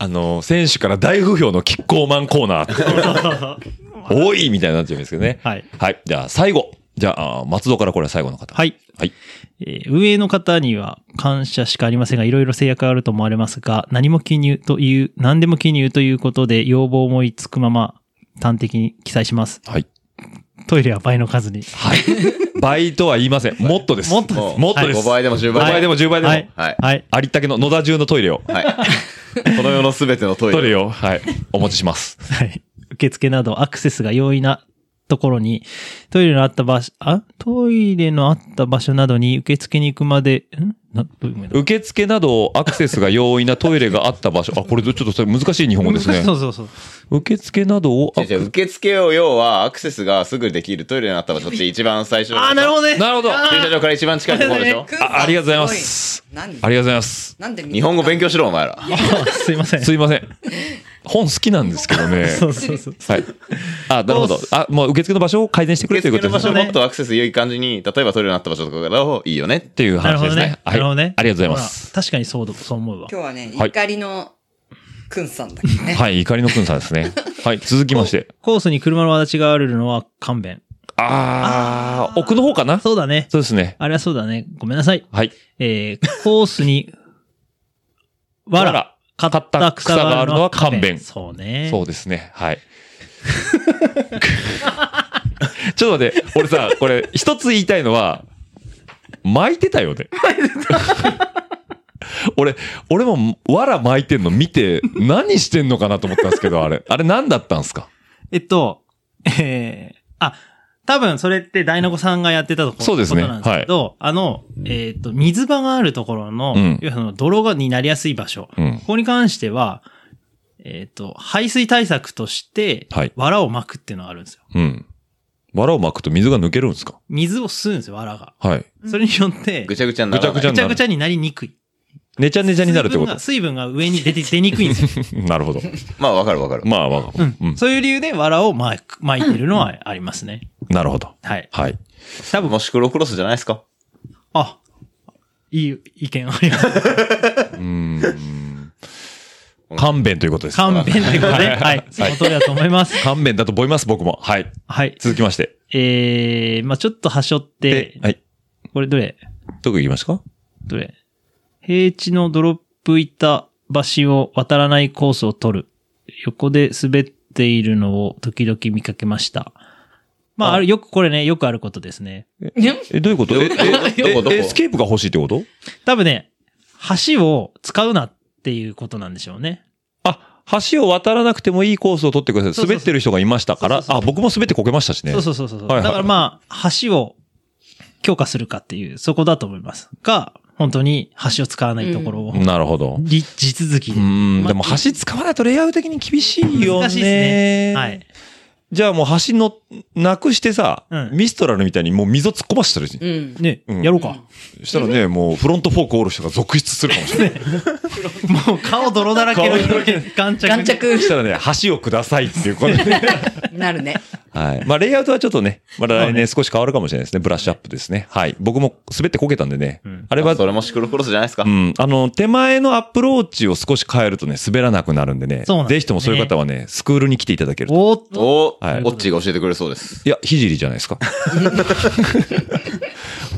E: あの、選手から大不評のキッコーマンコーナー。 多いみたいになっちゃうんですけどね。
F: はい。
E: はい。じゃあ、最後。じゃあ、あー松戸からこれは最後の方。
F: はい。
E: はい。
F: えー運営の方には感謝しかありませんが、いろいろ制約があると思われますが、何も記入という、何でも記入ということで、要望を思いつくまま、端的に記載します。
E: はい。
F: トイレは倍の数に。
E: はい。倍とは言い ません。もっとです。
F: もっと
C: もう
E: もっとです。
C: 5倍でも10
E: 5
C: 倍
E: 倍でも10倍でも。
F: はい
C: はい。
F: はい。
E: ありったけの野田中のトイレを。
C: はい。 この世のすべてのトイ
E: トイレ
C: レ。
E: を、はい。お持ちします。
F: はい。受付などアクセスが容易なところに、トイレのあった場所、あトイレのあった場所などに受付に行くまで、んな、どういう意味だ
E: 受付などアクセスが容易なトイレがあった場所。あ、これちょっとそれ難しい日本語ですね
F: そ。うそうそう。
E: 受付などを、あ
C: じゃ受付を要はアクセスがすぐできるトイレになった場所って一番最初の
F: ああ、なるほどね。
E: なるほど。
C: 駐車場から一番近いところでしょ
E: あありがとうございます。
G: ごい。何
E: ありがとうございます。
G: なんで
C: 日本語勉強
G: し
C: しろ、お前ら。
F: すいませ ん。
E: すいません。本好きなんですけどね。
F: そうそうそう。
E: はい。あ、なるほど。あ、もう受付の場所を改善してくれ
C: 受
E: というこ
C: 付
E: と
C: の
E: で
C: 場
E: す
C: 所
E: ね。
C: をもっとアクセス良い感じに、例えばトイレになった場所とかだといいよねって
E: っていう
F: な
E: 話
F: るほ
E: で
F: ど
E: す
F: ね
E: ね。。
F: な
E: はい。
F: るほどね。
E: ありがとうございます。
F: ほら。確かにそうだ、そう思うわ。
G: 今日はね、
E: はい
G: 怒りのくんさんだけどね。
E: はい、怒りのくんさんですね。はい、続きま して。
F: コースに車の轍があるのは勘弁。
E: あー、奥の方かなそ
F: そうだね。
E: うですね。
F: あれはそうだね。ごめんなさい。
E: はい。
F: えー、コースに、わ
E: わら
F: ら、買った草があるのは勘
E: 草があるのは勘弁
F: 弁。そうね。
E: そうですね。はい。 ちょっと待って、俺さ、これ、一つ言いたいのは、巻いてたよね。俺、俺も、わら巻いてんの見て、何してんのかなと思ったんですけど、あれ。あれ何だったんすか
F: えっと、えー、あ、多分それって大名子さんがやってたところ
E: そうですね
F: ことなんですけど、あの、えーっと、水場があるところの、
E: うん
F: 要はその泥がになりやすい場所。
E: うん
F: こ。こに関しては、えーっと、排水対策として、
E: はい
F: 藁を巻くっていうのがあるんですよ。
E: うん。わらを巻くと水が抜けるんですか
F: 水を吸うんですよ、藁が。
E: はい。
F: それによって、
C: ぐ
F: ぐち
C: ちゃぐちゃになら
E: ぐ
C: な
E: ちゃ
C: い。
E: ぐ
F: ゃぐちゃになりにくい。
E: ねちゃねちゃになるってこと。
F: 水分が水分が上に出て、出にくいんですよ。
E: なるほど。
C: まあ、わかるわかる。
E: まあまあ、うん。
F: そういう理由で藁を巻く、巻いてるのはありますね。
E: なるほど。
F: はい。
E: はい。
C: 多分もうシクロクロスじゃないですか。
F: あ、いい意見ありがとう。
E: 勘弁ということです。
F: 勘弁ということで、はい。その通りだと思います。
E: 勘弁だと思います、僕も。はい。
F: はい。
E: 続きまして。
F: えー、まあちょっと端折って、
E: はい。
F: これどれ
E: どこ行きますか
F: どれ平地のドロップ板橋を渡らないコースを取る。横で滑っているのを時々見かけました。まあ、ある、よく、これね、よくあることですね。
E: え、どういうことえ、え、
C: どこどこ
E: えエスケープが欲しいってこと
F: 多分ね、橋を使うなっていうことなんでしょうね。
E: あ、橋を渡らなくてもいいコースを取ってくださ
F: そ
E: い。
F: うそうそう
E: 滑ってる人がいましたから、
F: そうそう
E: あ、僕も滑ってこけましたしね。
F: そうそうそうそう。
E: はいはい
F: だからまあ、橋を強化するかっていう、そこだと思います。が、本当に橋を使わないところを、
E: なるほど。
F: り地続き
E: う
F: で。
E: ん、でも橋使わないとレイアウト的に厳しいよね。
F: 難しいですね。はい。。
E: じゃあもう橋の、なくしてさ、
F: うん
E: ミストラルみたいにもう溝突っ込ましてるし。
G: うん。
F: ね、
E: うん
F: やろうか。
E: したらね、もうフロントフォーク折る人が続出するかもしれない。
F: もう顔泥だらけの
E: 顔
F: 人間、ガンチャ
G: 軟着
E: そしたらね、橋をくださいっていうことで。
G: なるね。
E: はい。まあ、レイアウトはちょっとね、まだ来年少し変わるかもしれないですね。ブラッシュアップですね。はい。僕も滑ってこけたんでね。あれは、
C: それもシクロクロスじゃないですか
E: う。ん。あの、手前のアップローチを少し変えるとね、滑らなくなるんでね。
F: そうなんで
E: ぜ
F: すね
E: ひともそういう方はね、スクールに来ていただけ ると。
F: おーっと。
C: おお、
E: はい
C: オッチーが教えてくれそうです。
E: いや、ひじりじゃないですか。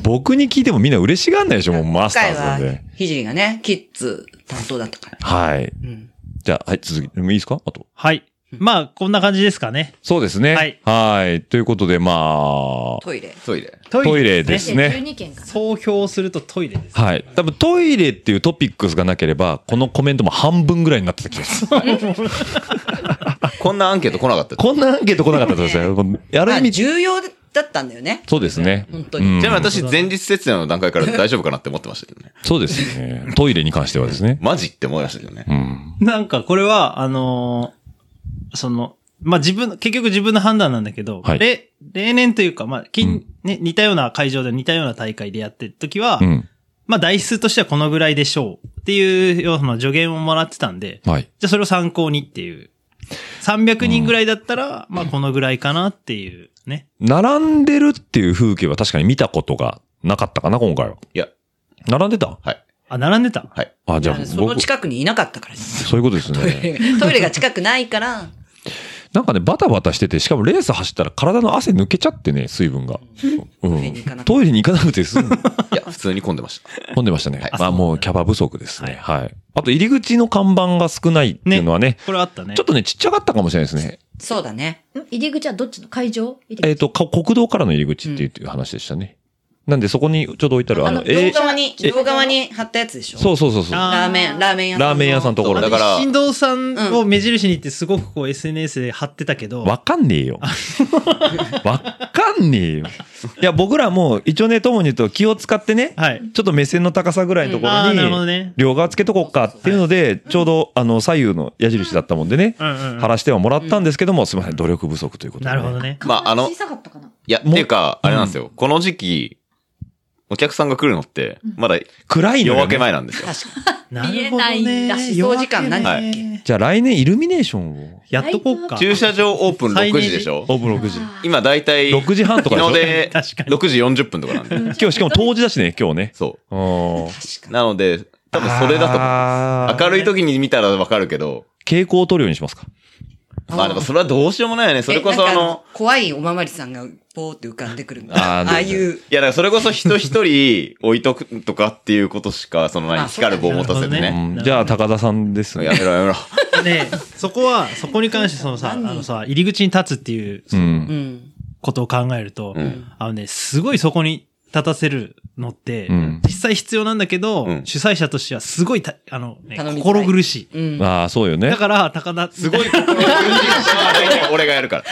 E: 僕に聞いてもみんな嬉しがんないでしょ、もうマ
G: 今
E: スター
G: 回
E: ズな
G: は
E: んで。、
G: ひじりがね、キッズ担当だったから。
E: はい。
G: うん。
E: じゃあ、はい、続き、でもいいですかあと。
F: はい。まあ、こんな感じですかね。
E: そうですね。
F: はい
E: はい。ということで、まあ、
G: トイレ。
C: トイレ。
F: ト
E: トイレ
F: で
E: です
F: ね
E: すね。
H: 12件かな
F: 総評するとトイレです。
E: はい。多分トイレっていうトピックスがなければ、このコメントも半分ぐらいになってた気がする。
C: こんなアンケート来なかった。
E: こんなアンケート来なかったですね。もうあ
G: ま
E: る
G: あ、
E: 意味、
G: 重要だったんだよね。
E: そうですね。
G: 本当に。
E: うん
C: ちなみに私、前日説明の段階から大丈夫かなって思ってましたけどね。
E: そうですね。トイレに関してはですね。
C: マジって思いましたけどね。
E: うん。
F: なんか、これは、あのーその、まあ、自分、結局自分の判断なんだけど、
E: はい
F: 例例年というか、まあ、近
E: うん
F: ね、似たような会場で似たような大会でやってる時は、
E: うん。
F: まあ、台数としてはこのぐらいでしょうっていうような助言をもらってたんで、
E: はい。
F: じゃあそれを参考にっていう。300人ぐらいだったら、まあ、このぐらいかなっていうね。
E: 並んでるっていう風景は確かに見たことがなかったかな、今回は。
C: いや、
E: 並んでた
C: はい。
F: あ、並んでた
C: はい。
E: あ、じゃあ
G: その
E: 僕、
G: 近くにいなかったからね
E: そういうことです
G: トイ
E: ね。
G: レトイレが近くないから、
E: なんかね、バタバタしてて、しかもレース走ったら体の汗抜けちゃってね、水分が。う
G: トイレに行かな
E: ん。
G: くて
E: トイレに行かなくて 済む。
C: いや、普通に混んでました。
E: 混んでましたね。まあもうキャパ不足ですね。はい。あと入り口の看板が少ないっていうのはね、
F: これあったね。
E: ちょっとね、ちっちゃかったかもしれないですね。
G: そうだね。
H: ん入り口はどっちの会場入り口
E: えっ、と、か国道からの入り口っていうっていう話でしたね。なんでそこにちょうど置いてある、
G: あ
E: あの
G: の、、
E: え
G: 両側に、
E: え
G: 両側に貼ったやつでしょ
E: そうそうそうそう。
F: あ
G: ラーメン、ラーメン屋さん。
E: ラーメン屋さんのところ
C: だ
E: で
C: か。ら
F: 振動さんを目印にってすごくこう SNS で貼ってたけど、
E: わかんねえ よ。わかんねえよ。いや、僕らも一応ね、ともに言うと気を使ってね、
F: はい。
E: ちょっと目線の高さぐらいのとこ
F: ああ、なるほ
E: ろ
F: ど
E: に、
F: ね。
E: 両側つけとこうかっていうので、ちょうどあの左右の矢印だったもんでね、
F: うんうんうん。
E: 貼らしてはもらったんですけども、すみません、努力不足ということで、
F: なるほど。ね。
C: まああの
H: 小さかったかない
C: や、っていうか、あれなんですよ。この時期、お客さんが来るのって、まだ
E: 暗いのよ
C: 夜明
E: ね、
C: け前なんですよ。
F: なるほど
H: 見え
F: ね。
H: ない
G: 出走時間何だっけ
F: 夜明ね
E: じゃあ来年イルミネーションを。
F: やっとこうか。
C: 駐車場オープン
F: 最
C: 6
F: 年
C: 時でしょ
E: オープン6時。
C: 今だいたい、
E: 6時半とかでしょ
C: 昨日で
F: 確かに
C: 6時40分とかなんで。
E: 今日しかも当時だしね、今日ね。
C: そ
E: うん。
C: う。なので、多分それだ
E: だ
C: と、明るい時に見たらわかるけど、
E: 傾向を取るようにしますか。
C: まあでもそれはどうしようもないよね。それこ
G: え
C: そ
G: な
C: あ
G: んか
C: の、
G: 怖いおまわりさんが、ぼーって浮かんでくるみたいな。
E: あ
G: あ
E: ー
G: あいう。
C: いやだからそれこそ人一人置いとくとかっていうことしか、その
G: ま
C: 何、
G: あそうだ
C: 光
G: ね
C: る棒を持たせて
F: なるほど
C: ね。
F: ね
E: うんじゃあ、高田さんです
C: や
E: ね。
C: めろやめろ。
F: ねそこは、そこに関して そのさ、あのさ、入り口に立つっていう
E: うん。
G: うん。
F: ことを考えると、
C: うん
F: あのね、すごいそこに立たせるのって、
E: うん
F: 実際必要なんだけど、
C: うん
F: 主催者としてはすごいた、あの、ね
G: 頼みづらい
F: 心苦しい。
G: うん。
E: ああ、そうよね
F: だ。から、高田、
C: すごい心苦しいことは俺がやるから。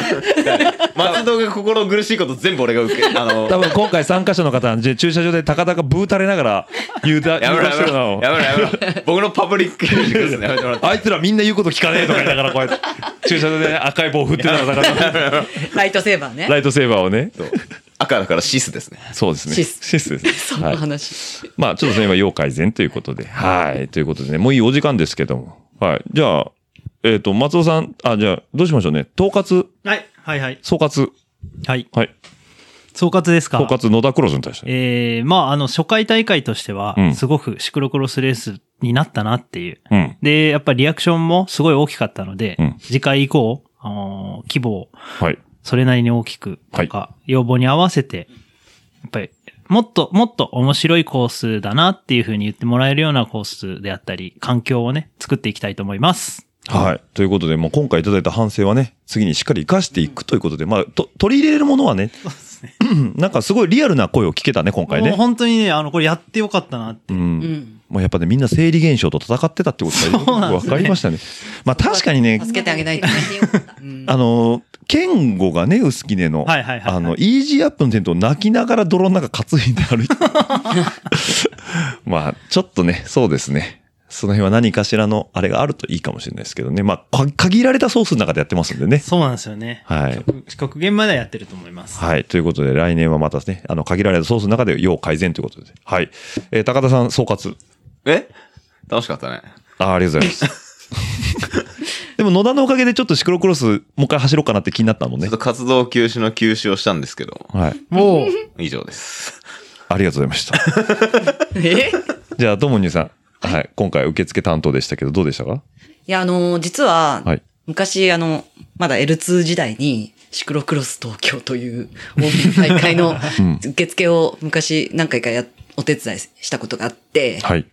C: 松戸が心苦しいこと全部俺が受け、あの、
E: 多分今回参加者の方、じゃあ駐車場で高田がブー垂れながら言うた、
C: や
E: 言
C: め
E: う
C: ろ
E: たし
C: やめ
E: てる
C: ろ。
E: の
C: やめろやめろ。僕のパブリックミュージックですね。やめてもらって
E: あいつらみんな言うこと聞かねえとか言いながらこうやって、駐車場で赤い棒振ってながら高田が
G: ライトセーバーね。
E: ライトセーバーをね。
C: そう赤だからシスですね。
E: そうですね。
G: シス
E: シスです。
G: そん
E: は。
G: ない話。
E: まあ、ちょっとそれは要改善ということで。はい。ということでね、もういいお時間ですけども。はい。じゃあ、えっと、松尾さん、あ、じゃあ、どうしましょうね。統括、
F: はい、はい、はい。
E: 総括。
F: はい。
E: はい。
F: 総括ですか
E: 統括野田クロスに対して。
F: えー、まあ、あの、初回大会としては
E: う、ん
F: すごくシクロクロスレースになったなっていう。
E: うん。
F: で、やっぱりリアクションもすごい大きかったので、
E: うん
F: 次回以降、あのー規模を
E: はい。
F: それなりに大きくとか、要望に合わせて、やっぱり、もっともっと面白いコースだなっていうふうに言ってもらえるようなコースであったり、環境をね、作っていきたいと思います。
E: はい。ということで、もう今回いただいた反省はね、次にしっかり活かしていくということで、まあ、と取り入れれるものはね、うん なんかすごいリアルな声を聞けたね、今回
F: もう
E: ね。
F: 本当にね、あの、これやってよかったなって。
E: うん
G: うん。
E: もうやっぱね、みんな生理現象と戦ってたってことがよく
F: そうなんで
E: わ
F: すね
E: かりましたね。まあ確かにね、
G: 助けてあげないとねうん
E: あの、健吾がね、薄ねの、
F: はいはいはいはい
E: あの、イージーアップのテントを泣きながら泥の中担いで歩いて。 まあ、ちょっとね、そうですね。その辺は何かしらのあれがあるといいかもしれないですけどね。まあ、か限られたソースの中でやってますんでね。
F: そうなんですよね。
E: はい。
F: 極限まではやってると思います。
E: はい。ということで、来年はまたね、あの、限られたソースの中で要改善ということで。はい。えー高田さん、総括。
C: え楽しかったね。
E: あーありがとうございます。 でも、野田のおかげでちょっとシクロクロス、もう一回走ろうかなって気になったもん
C: ちょ
E: ね
C: っと。活動休止の休止をしたんですけど、
E: はい。
F: もう、
C: 以上です。
E: ありがとうございました。
G: え
E: じゃあ、ともにさん。はい。今回、受付担当でしたけど、どうでしたか
G: いや、あの、実は、
E: はい
G: 昔、あの、まだ L2 時代に、シクロクロス東京という大きな大会の受付を昔何回かや、お手伝いしたことがあって、
E: はい。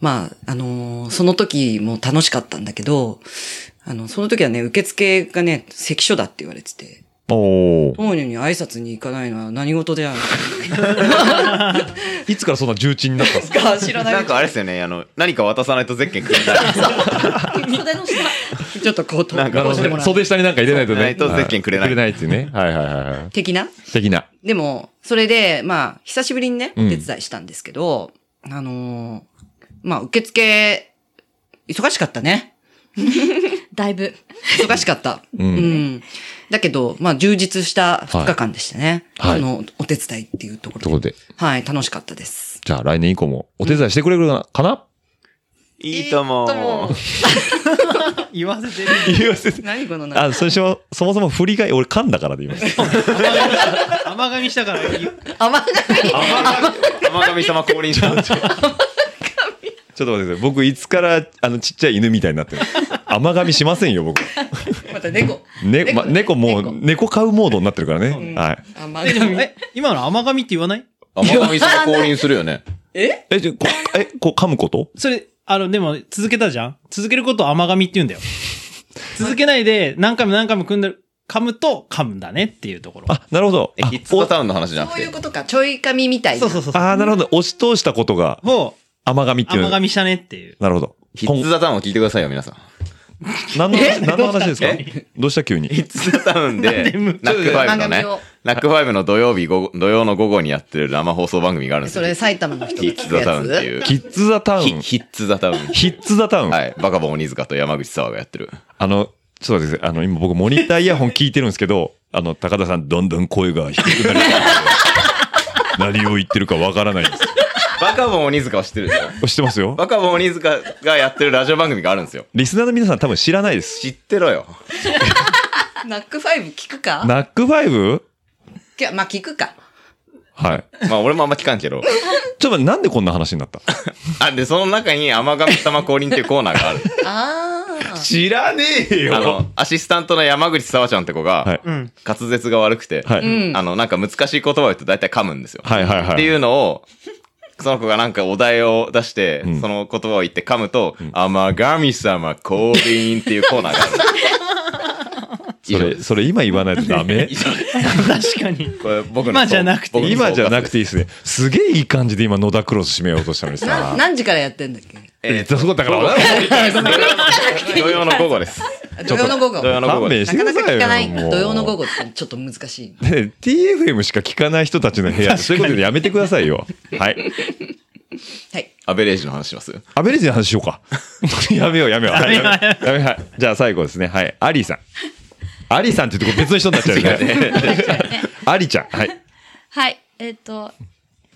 G: まあ、あのーその時も楽しかったんだけど、あの、その時はね、受付がね、関所だって言われてて、
E: おー
G: 当人に挨拶に行かないのは何事である
E: いつからそんな重鎮になったん ですか
G: か知らな
C: ないんかあれですよね、あの、何か渡さないとゼッケンくれない。
H: 袖の下
G: ちょっとこう、
C: なん
E: な
C: か
E: る
G: こう
E: ほ
G: し
E: ど
G: て
E: ね
G: もらう
E: 袖下になんか入れないとね。
C: ないとゼッケンくれない
E: くれないっていうね。 はいはいはいはい。
G: 的な
E: 的な。
G: でも、それで、まあ、久しぶりにね、
E: うん
G: 手伝いしたんですけど、あのーまあ、受付、忙しかったね。
H: だいぶ
G: 忙しかった。
E: う
G: うんん。だけど、まあ、充実した2日間でしたね。
E: はいはい
G: あの、お手伝いっていうとことろ
E: ころ
G: で。
E: で、
G: はい、楽しかったです。
E: じゃあ来年以降もお手伝いしてくれるかな、
C: いいとも。
F: 言わせてる。
E: 言わせて。
G: 何このな。
E: あ、最初、そもそも振り返り、俺噛んだからで言いました。
F: 甘噛みしたから、
G: 甘がみ。
C: 天神様降臨した。
E: ちょっと待ってください。僕、いつから、あの、ちっちゃい犬みたいになってる。甘噛みしませんよ、僕。
G: また猫。
E: ね、ま、猫もう、猫飼うモードになってるから
G: う
E: ね。
G: ん
E: はい。
G: 甘
F: え、でも、
G: 噛み
F: え、今の甘噛みって言わない
C: 甘神さん降臨するよね。
G: え
E: え、じゃ、こえ、こう噛むこと
F: それ、あの、でも、続けたじゃん続けることを甘噛みって言うんだよ。続けないで、何回も何回も組んでる、噛むと噛むんだねっていうところ。
E: あ、なるほど。
C: え、ヒッツパターンの話じゃなく
G: そうい
C: て
G: う。ことか。ちょい髪みたいな。
F: そうそうそうそう。
E: ああ、なるほど。押し通したことが
F: も
E: 甘噛みっ
F: う、
E: ていう
F: 甘
E: の。
F: 噛みしたねっていう。
E: なるほど。
C: ヒッツザタウンを聞いてくださいよ、皆さん。
E: 何の話、何の話ですか
C: え
E: どうした急に。
C: ヒッツザタウンで、ナックファイブのね
G: 番組を、
C: ナックファイブの土曜日午後、土曜の午後にやってる生放送番組があるんです
G: そ
C: よ
G: れ。埼玉の人
C: ヒ
G: が
C: ッ
G: 聞
C: ツ
G: く
C: ザタウ
G: や
C: ンって
G: つ
C: いう。
E: キッズ・ザ・タウ
C: ヒ
E: ン。
C: ヒッツザタウン。
E: ヒッツ・ザ・タウン。
C: はい。バカボン鬼塚と山口沢がやってる。
E: あの、ちょっと待ってください。あの、今僕モニターイヤホン聞いてるんですけど、 あの、高田さん、どんどん声が低くなり何を言ってるかわからないです。
C: バカボン鬼塚は知ってるでしょ
E: 知ってますよ。
C: バカボン鬼塚がやってるラジオ番組があるんですよ。
E: リスナーの皆さん多分知らないです。
C: 知ってろよ。
G: ナックファイブ聞くか
E: ナック 5?
G: いやまあ聞くか。
E: はい。
C: まあ俺もあんま聞かんけど。
E: ちょっと待ってなんでこんな話になった
C: あ、で、その中に甘神様降臨っていうコーナーがある。
G: あ
E: 知らねえ
C: あの、アシスタントの山口沢ちゃんって子が、
E: はい
F: うん。
C: 滑舌が悪くて、
E: はい。
G: ん
C: あの、なんか難しい言葉を言うと大体噛むんですよ。
E: はいはいはい。
C: っていうのを、その子がなんかお題を出して、
E: ん
C: その言葉を言って噛むと、甘神様降臨っていうコーナーがある。 以
E: そ
C: 上
E: れ、それ今言 わないとダメ
C: 以上です
F: 確かに。
C: これ僕の
F: 今じゃなくて
C: 僕の
E: 今じゃなくていいですね。すげえいい感じで今野田クロス締めようとしたのに
G: あ。な
E: さ。
G: 何時からやってんだっけ
E: えー、そこだから、
C: 土曜の午後です。
G: 土曜の午後。
C: 土曜
G: な
C: の午
E: 勘
C: 後で
E: 弁
C: す。
E: して
G: か
E: く
G: な
E: だ
G: か
E: さいよ。
G: 聞かない。
E: もう
G: 土曜の午後ってちょっと難しい。
E: ね TFM しか聞かない人たちの部屋でそういうことでやめてくださいよ。はい。
G: はい。
C: アベレージの話します
E: アベレージの話しようか。 やめよう、やめよう。はいやめようやめようはいじゃあ最後ですね。はい。アリーさん。アリーさんって言うと別の人になっちゃうよね。 アリちゃん。はい。
H: はい、えっ、と、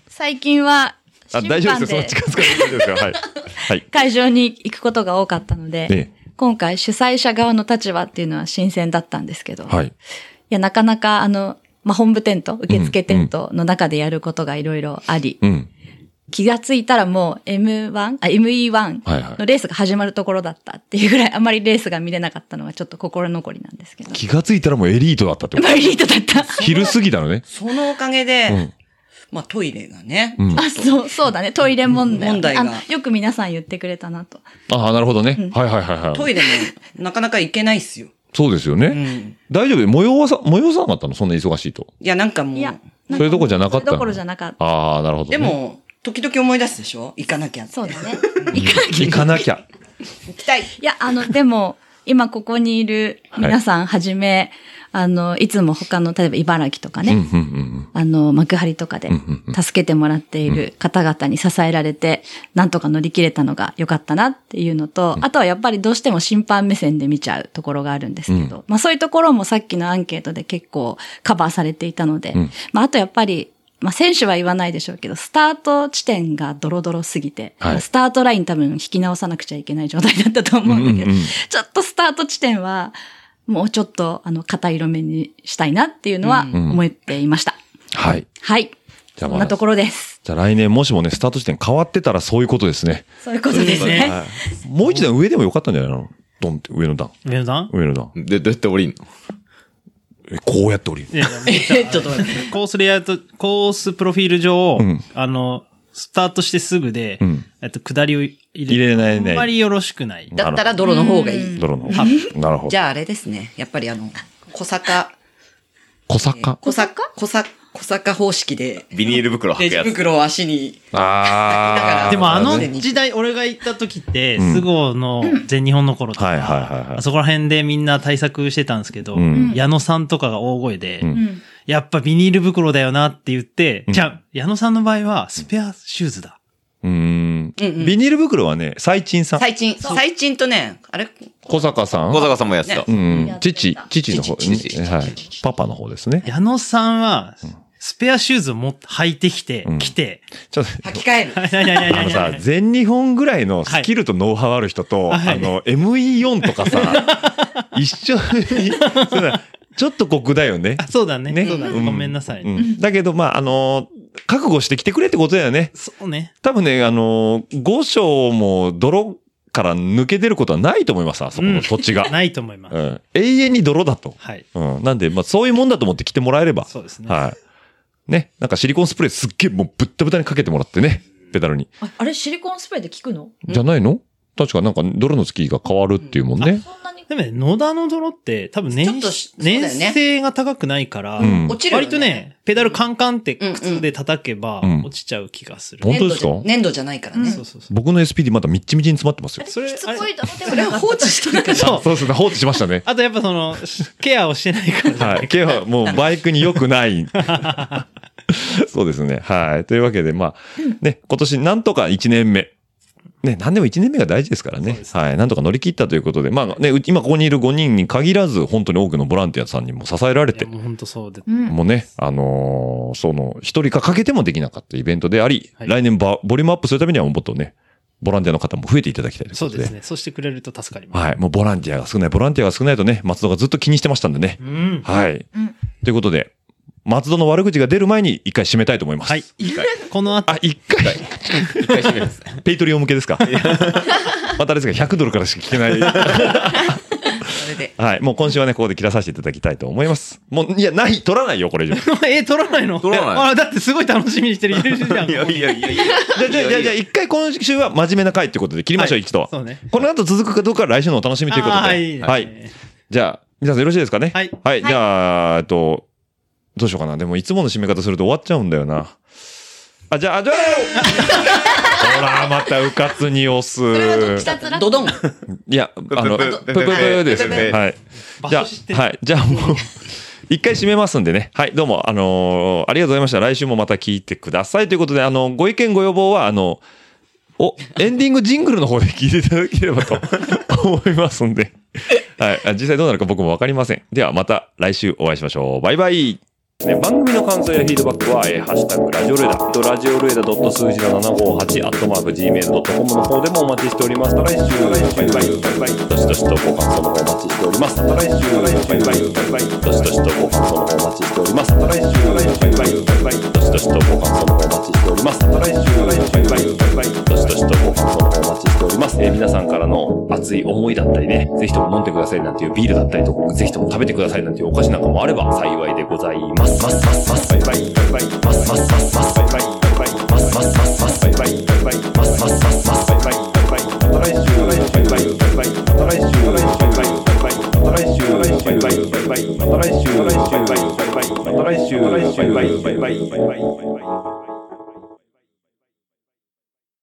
H: 最近は、
E: あ
H: 審
E: 大丈夫
H: 判
E: ですよ。その
H: で
E: 近づかないで大丈夫ですよ。はい。はい。
H: 会場に行くことが多かったので、
E: え
H: 今回主催者側の立場っていうのは新鮮だったんですけど、
E: はい
H: い、や、なかなかあの、まあ、本部テント、受付テントの中でやることがいろいろあり、
E: うん。
H: 気がついたらもう M1、あ、
E: はいはい
H: ME1 のレースが始まるところだったっていうぐらい、あまりレースが見れなかったのがちょっと心残りなんですけど、
E: 気がついたらもうエリートだったってこ
H: マリリートだった。
E: と。昼過ぎだのね。
G: そのおかげで、
E: うん
G: まあトイレがね、
E: うん。
H: あ、そう、そうだね。トイレ問題。
G: 問題が
H: あのよく皆さん言ってくれたなと。
E: ああ、なるほどね。はいはいはいは
G: ト
E: い。
G: イレもなかなか行けないっすよ。
E: そうですよ
G: う
E: ね。
G: ん。
E: 大丈夫模様はさ、模様さなかったのそんな忙しいと。
G: いや、なんかも
H: いや
G: う、、
H: なん
E: それどころじゃなかった
H: それどころじゃなかった。
E: ああ、なるほどね。
G: でも、時々思い出すでしょ行かなきゃ。
H: そうだね。
E: 行かなきゃ。
G: 行きたい。
H: いや、あの、でも、今ここにいる皆さんはじめ、あの、いつも他の、例えば茨城とかね、
E: うんうんうん
H: あの、幕張とかで
E: んうん
H: 助けてもらっている方々に支えられて、なんとか乗り切れたのが良かったなっていうのと、あとはやっぱりどうしても審判目線で見ちゃうところがあるんですけど、まあそういうところもさっきのアンケートで結構カバーされていたので、
E: ん
H: まああとやっぱり、まあ選手は言わないでしょうけど、スタート地点がドロドロすぎて、
E: はい
H: スタートライン多分引き直さなくちゃいけない状態だったと思うんだけど、
E: うんうんうん
H: ちょっとスタート地点は、もうちょっと、あの、硬い色目にしたいなっていうのは
E: ん
H: 思っていました。
E: はい。
H: はい。
E: じゃあまあ
H: そんなところです。
E: じゃあ来年もしもね、スタート地点変わってたらそういうことですね。
H: そういうことですね。
E: もう一段上でもよかったんじゃないのドンって上の段。
F: 上野さん
E: 上の段。
C: で、どうやって降りんの
E: え、こうやって降りる。
F: いやいや
G: え、ちょっと待って。
F: コースレイアウト、コースプロフィール上、
E: うん
F: あの、スタートしてすぐで、
E: うん
F: えっと、下りを入れ
E: 入れないね
F: あんまりよろしくない。
G: だったら泥の方がいい。
E: 泥の。なるほ
G: じ
E: ど。
G: ゃああれですね。やっぱりあの、小坂、
E: 小坂。
G: 小坂小坂、小坂方式で、
C: ビニール袋履
G: レ
C: く
G: ジ
C: やつ。
G: 袋を足に、
E: あ
G: ー
F: でもあ
G: な
F: の
G: るほどね
F: 時代、俺が行った時って、
E: ん
F: 菅生の全日本の頃と
E: はいはいはいはい
F: か、あそこら辺でみんな対策してたんですけど、
E: うん
F: 矢野さんとかが大声で、
E: ん
H: うん
F: やっぱビニール袋だよなって言って、じゃあ、矢野さんの場合はスペアシューズだ。
E: うーん。
G: うんうん
E: ビニール袋はね、最賃さん。
G: 最賃、最賃とね、あれ
E: 小坂さ
C: 小
E: ん。
C: 坂さんもやってた。
E: う
H: や
E: ん
H: っ。てた
E: 父、父の方。はい。パパの方ですね。
F: 矢野さんは、スペアシューズをも履いてきて、
E: ん
F: 来て、
E: ちょっと。
G: 履き替える。
F: いやいやいやいや
E: あ
F: い
E: の
F: や
E: さ、全日本ぐらいのスキルとノウハウある人と、
F: は
E: あ
F: い
E: の、ME4 とか さ、一緒に、そうだちょっと酷だよね
F: あ。 そうだね。
E: ね
F: そうだね
E: うん
F: ごめんなさい、
E: うんだけど、まあ、あのー覚悟してきてくれってことだよね。
F: そうね。
E: 多分ね、あのー、5章も泥から抜け出ることはないと思います、あそこの土 地が。
F: ないと思います。
E: うん、永遠に泥だと。
F: はい。
E: うん。なんで、まあ、そういうもんだと思って来てもらえれば。
F: そうですね
E: はい。ね。なんかシリコンスプレーすっげえもうぶったぶたにかけてもらってね。ペダルに。
H: ああれ、シリコンスプレーで効くの
E: じゃないの確かなんか泥のつきが変わるっていうもんね。
H: そんなに
F: でもね、野田の泥って多分
G: ちょっ
F: 年
G: とし、そうだよ
F: 年
G: ね
F: 性が高くないから、
E: うん
G: 落ちるよね
F: 割とね、ペダルカンカンって靴で叩けば
E: うん
F: 落ちちゃう気がする。
E: 本当ですか
G: 粘土じゃ粘土じゃないからね。
F: そうそうそう。
E: 僕の SPD まだみっちみちに詰まってますよ。
F: それ
H: し、つ
F: あれ
H: こいと思って
G: それは放置してるから。
F: そう。。
E: そうですね。放置しましたね
F: あとやっぱその、しケアをしてないからじゃ な
E: はい。ケはもうバイクに良く ない。そうですね。はい。というわけで、まあ、ね、今年なんとか1年目。ね、何でも1年目が大事ですからね。はい。なんとか乗り切ったということで、まあね、う今ここにいる5人に限らず、本当に多くのボランティアさんにも支えられ
F: い
E: て
F: や、もう本当そうで。
H: うん。
E: もうね、あのーその、一人かかけてもできなかったイベントであり、
F: はい
E: 来年ばボリュームアップするためにはもっとね、ボランティアの方も増えていただきたいというこ
F: そう
E: とで。
F: ですね。そうしてくれると助かります。
E: はい。もうボランティアが少ない、ボランティアが少ないとね、松戸がずっと気にしてましたんでね。
F: うん。
E: はい。
H: うん
E: ということで、松戸の悪口が出る前に一回締めたいと思います。
F: はい。この後
E: あ、、一回。
C: 一回閉めます。
E: ペイトリオ向けですか。 またですが、100ドルからしか聞けない。
G: それで。
E: はい。もう今週はね、ここで切らさせていただきたいと思います。もう、いや、ない、取らないよ、これ以上。
F: え、撮らないの
C: 取らない
F: あ、だってすごい楽しみにしてる。いるじゃん。
C: いやいやいやいや。
E: じゃあじゃあじゃあじゃあ一回今週は真面目な回ってことで切りましょう、
F: はい
E: 一度。
F: そうね
E: この後続くかどうかは来週のお楽しみということで。
F: あーはいいいですね
E: じゃあ、皆さんよろしいですかね。
F: はい
E: じゃあ、えっと、どうしようかな。でもいつもの締め方すると終わっちゃうんだよな。あ、じゃあ、あじゃあ、ほら、またうかつに押す。
H: それはどっちだつら
G: ドドン。
E: いや、あの、
C: ぷ
E: ぷ
C: ぷ
E: ぷぷ
C: ぷ
E: ぷです
C: ぷぷ
E: ね。
C: ぷ
E: はい。
F: 場
E: じゃ
F: 所知って
E: あ、
F: る。
E: はい。じゃあもう、一回締めますんでね。はい。どうも、あのーありがとうございました。来週もまた聞いてください。ということで、あの、ご意見ご要望は、あの、お、エンディングジングルの方で聞いていただければと思いますんで。はい。あ実際どうなるか僕もわかりません。では、また来週お会いしましょう。バイバイ。ね、番組の感想やフィードバックは、えー、ハッシュタグラジオルエダ、えっとラジオルエダ数字の758、アットマーク Gmail.com の方でもお待ちしております。また来週、バイバイ、バイバイ、どしどしとご感想の方お待ちしております。また来週、バイバイ、バイバイ、どしどしとご感想の方お待ちしております。また来週、バイバイ、バイバイ、どしどしとご感想の方お待ちしております。また来週、バイバイ、バイバイ、どしどしとご感想の方お待ちしております。えー皆さんからの熱い思いだったりね、ぜひとも飲んでくださいなんていうビールだったりとか、ぜひとも食べてくださいなんていうお菓子なんかもあれば幸いでございます。ますますますバイバイバイバイますますますますバイバイバイバイますますますますバイバイバイバイますますますますバイバイバイバイまた来週バイバイバイバイまた来週バイバイバイバイまた来週バイバイバイバイまた来週バイバイバイバイまた来週バイバイバイバイバイバイバイバイ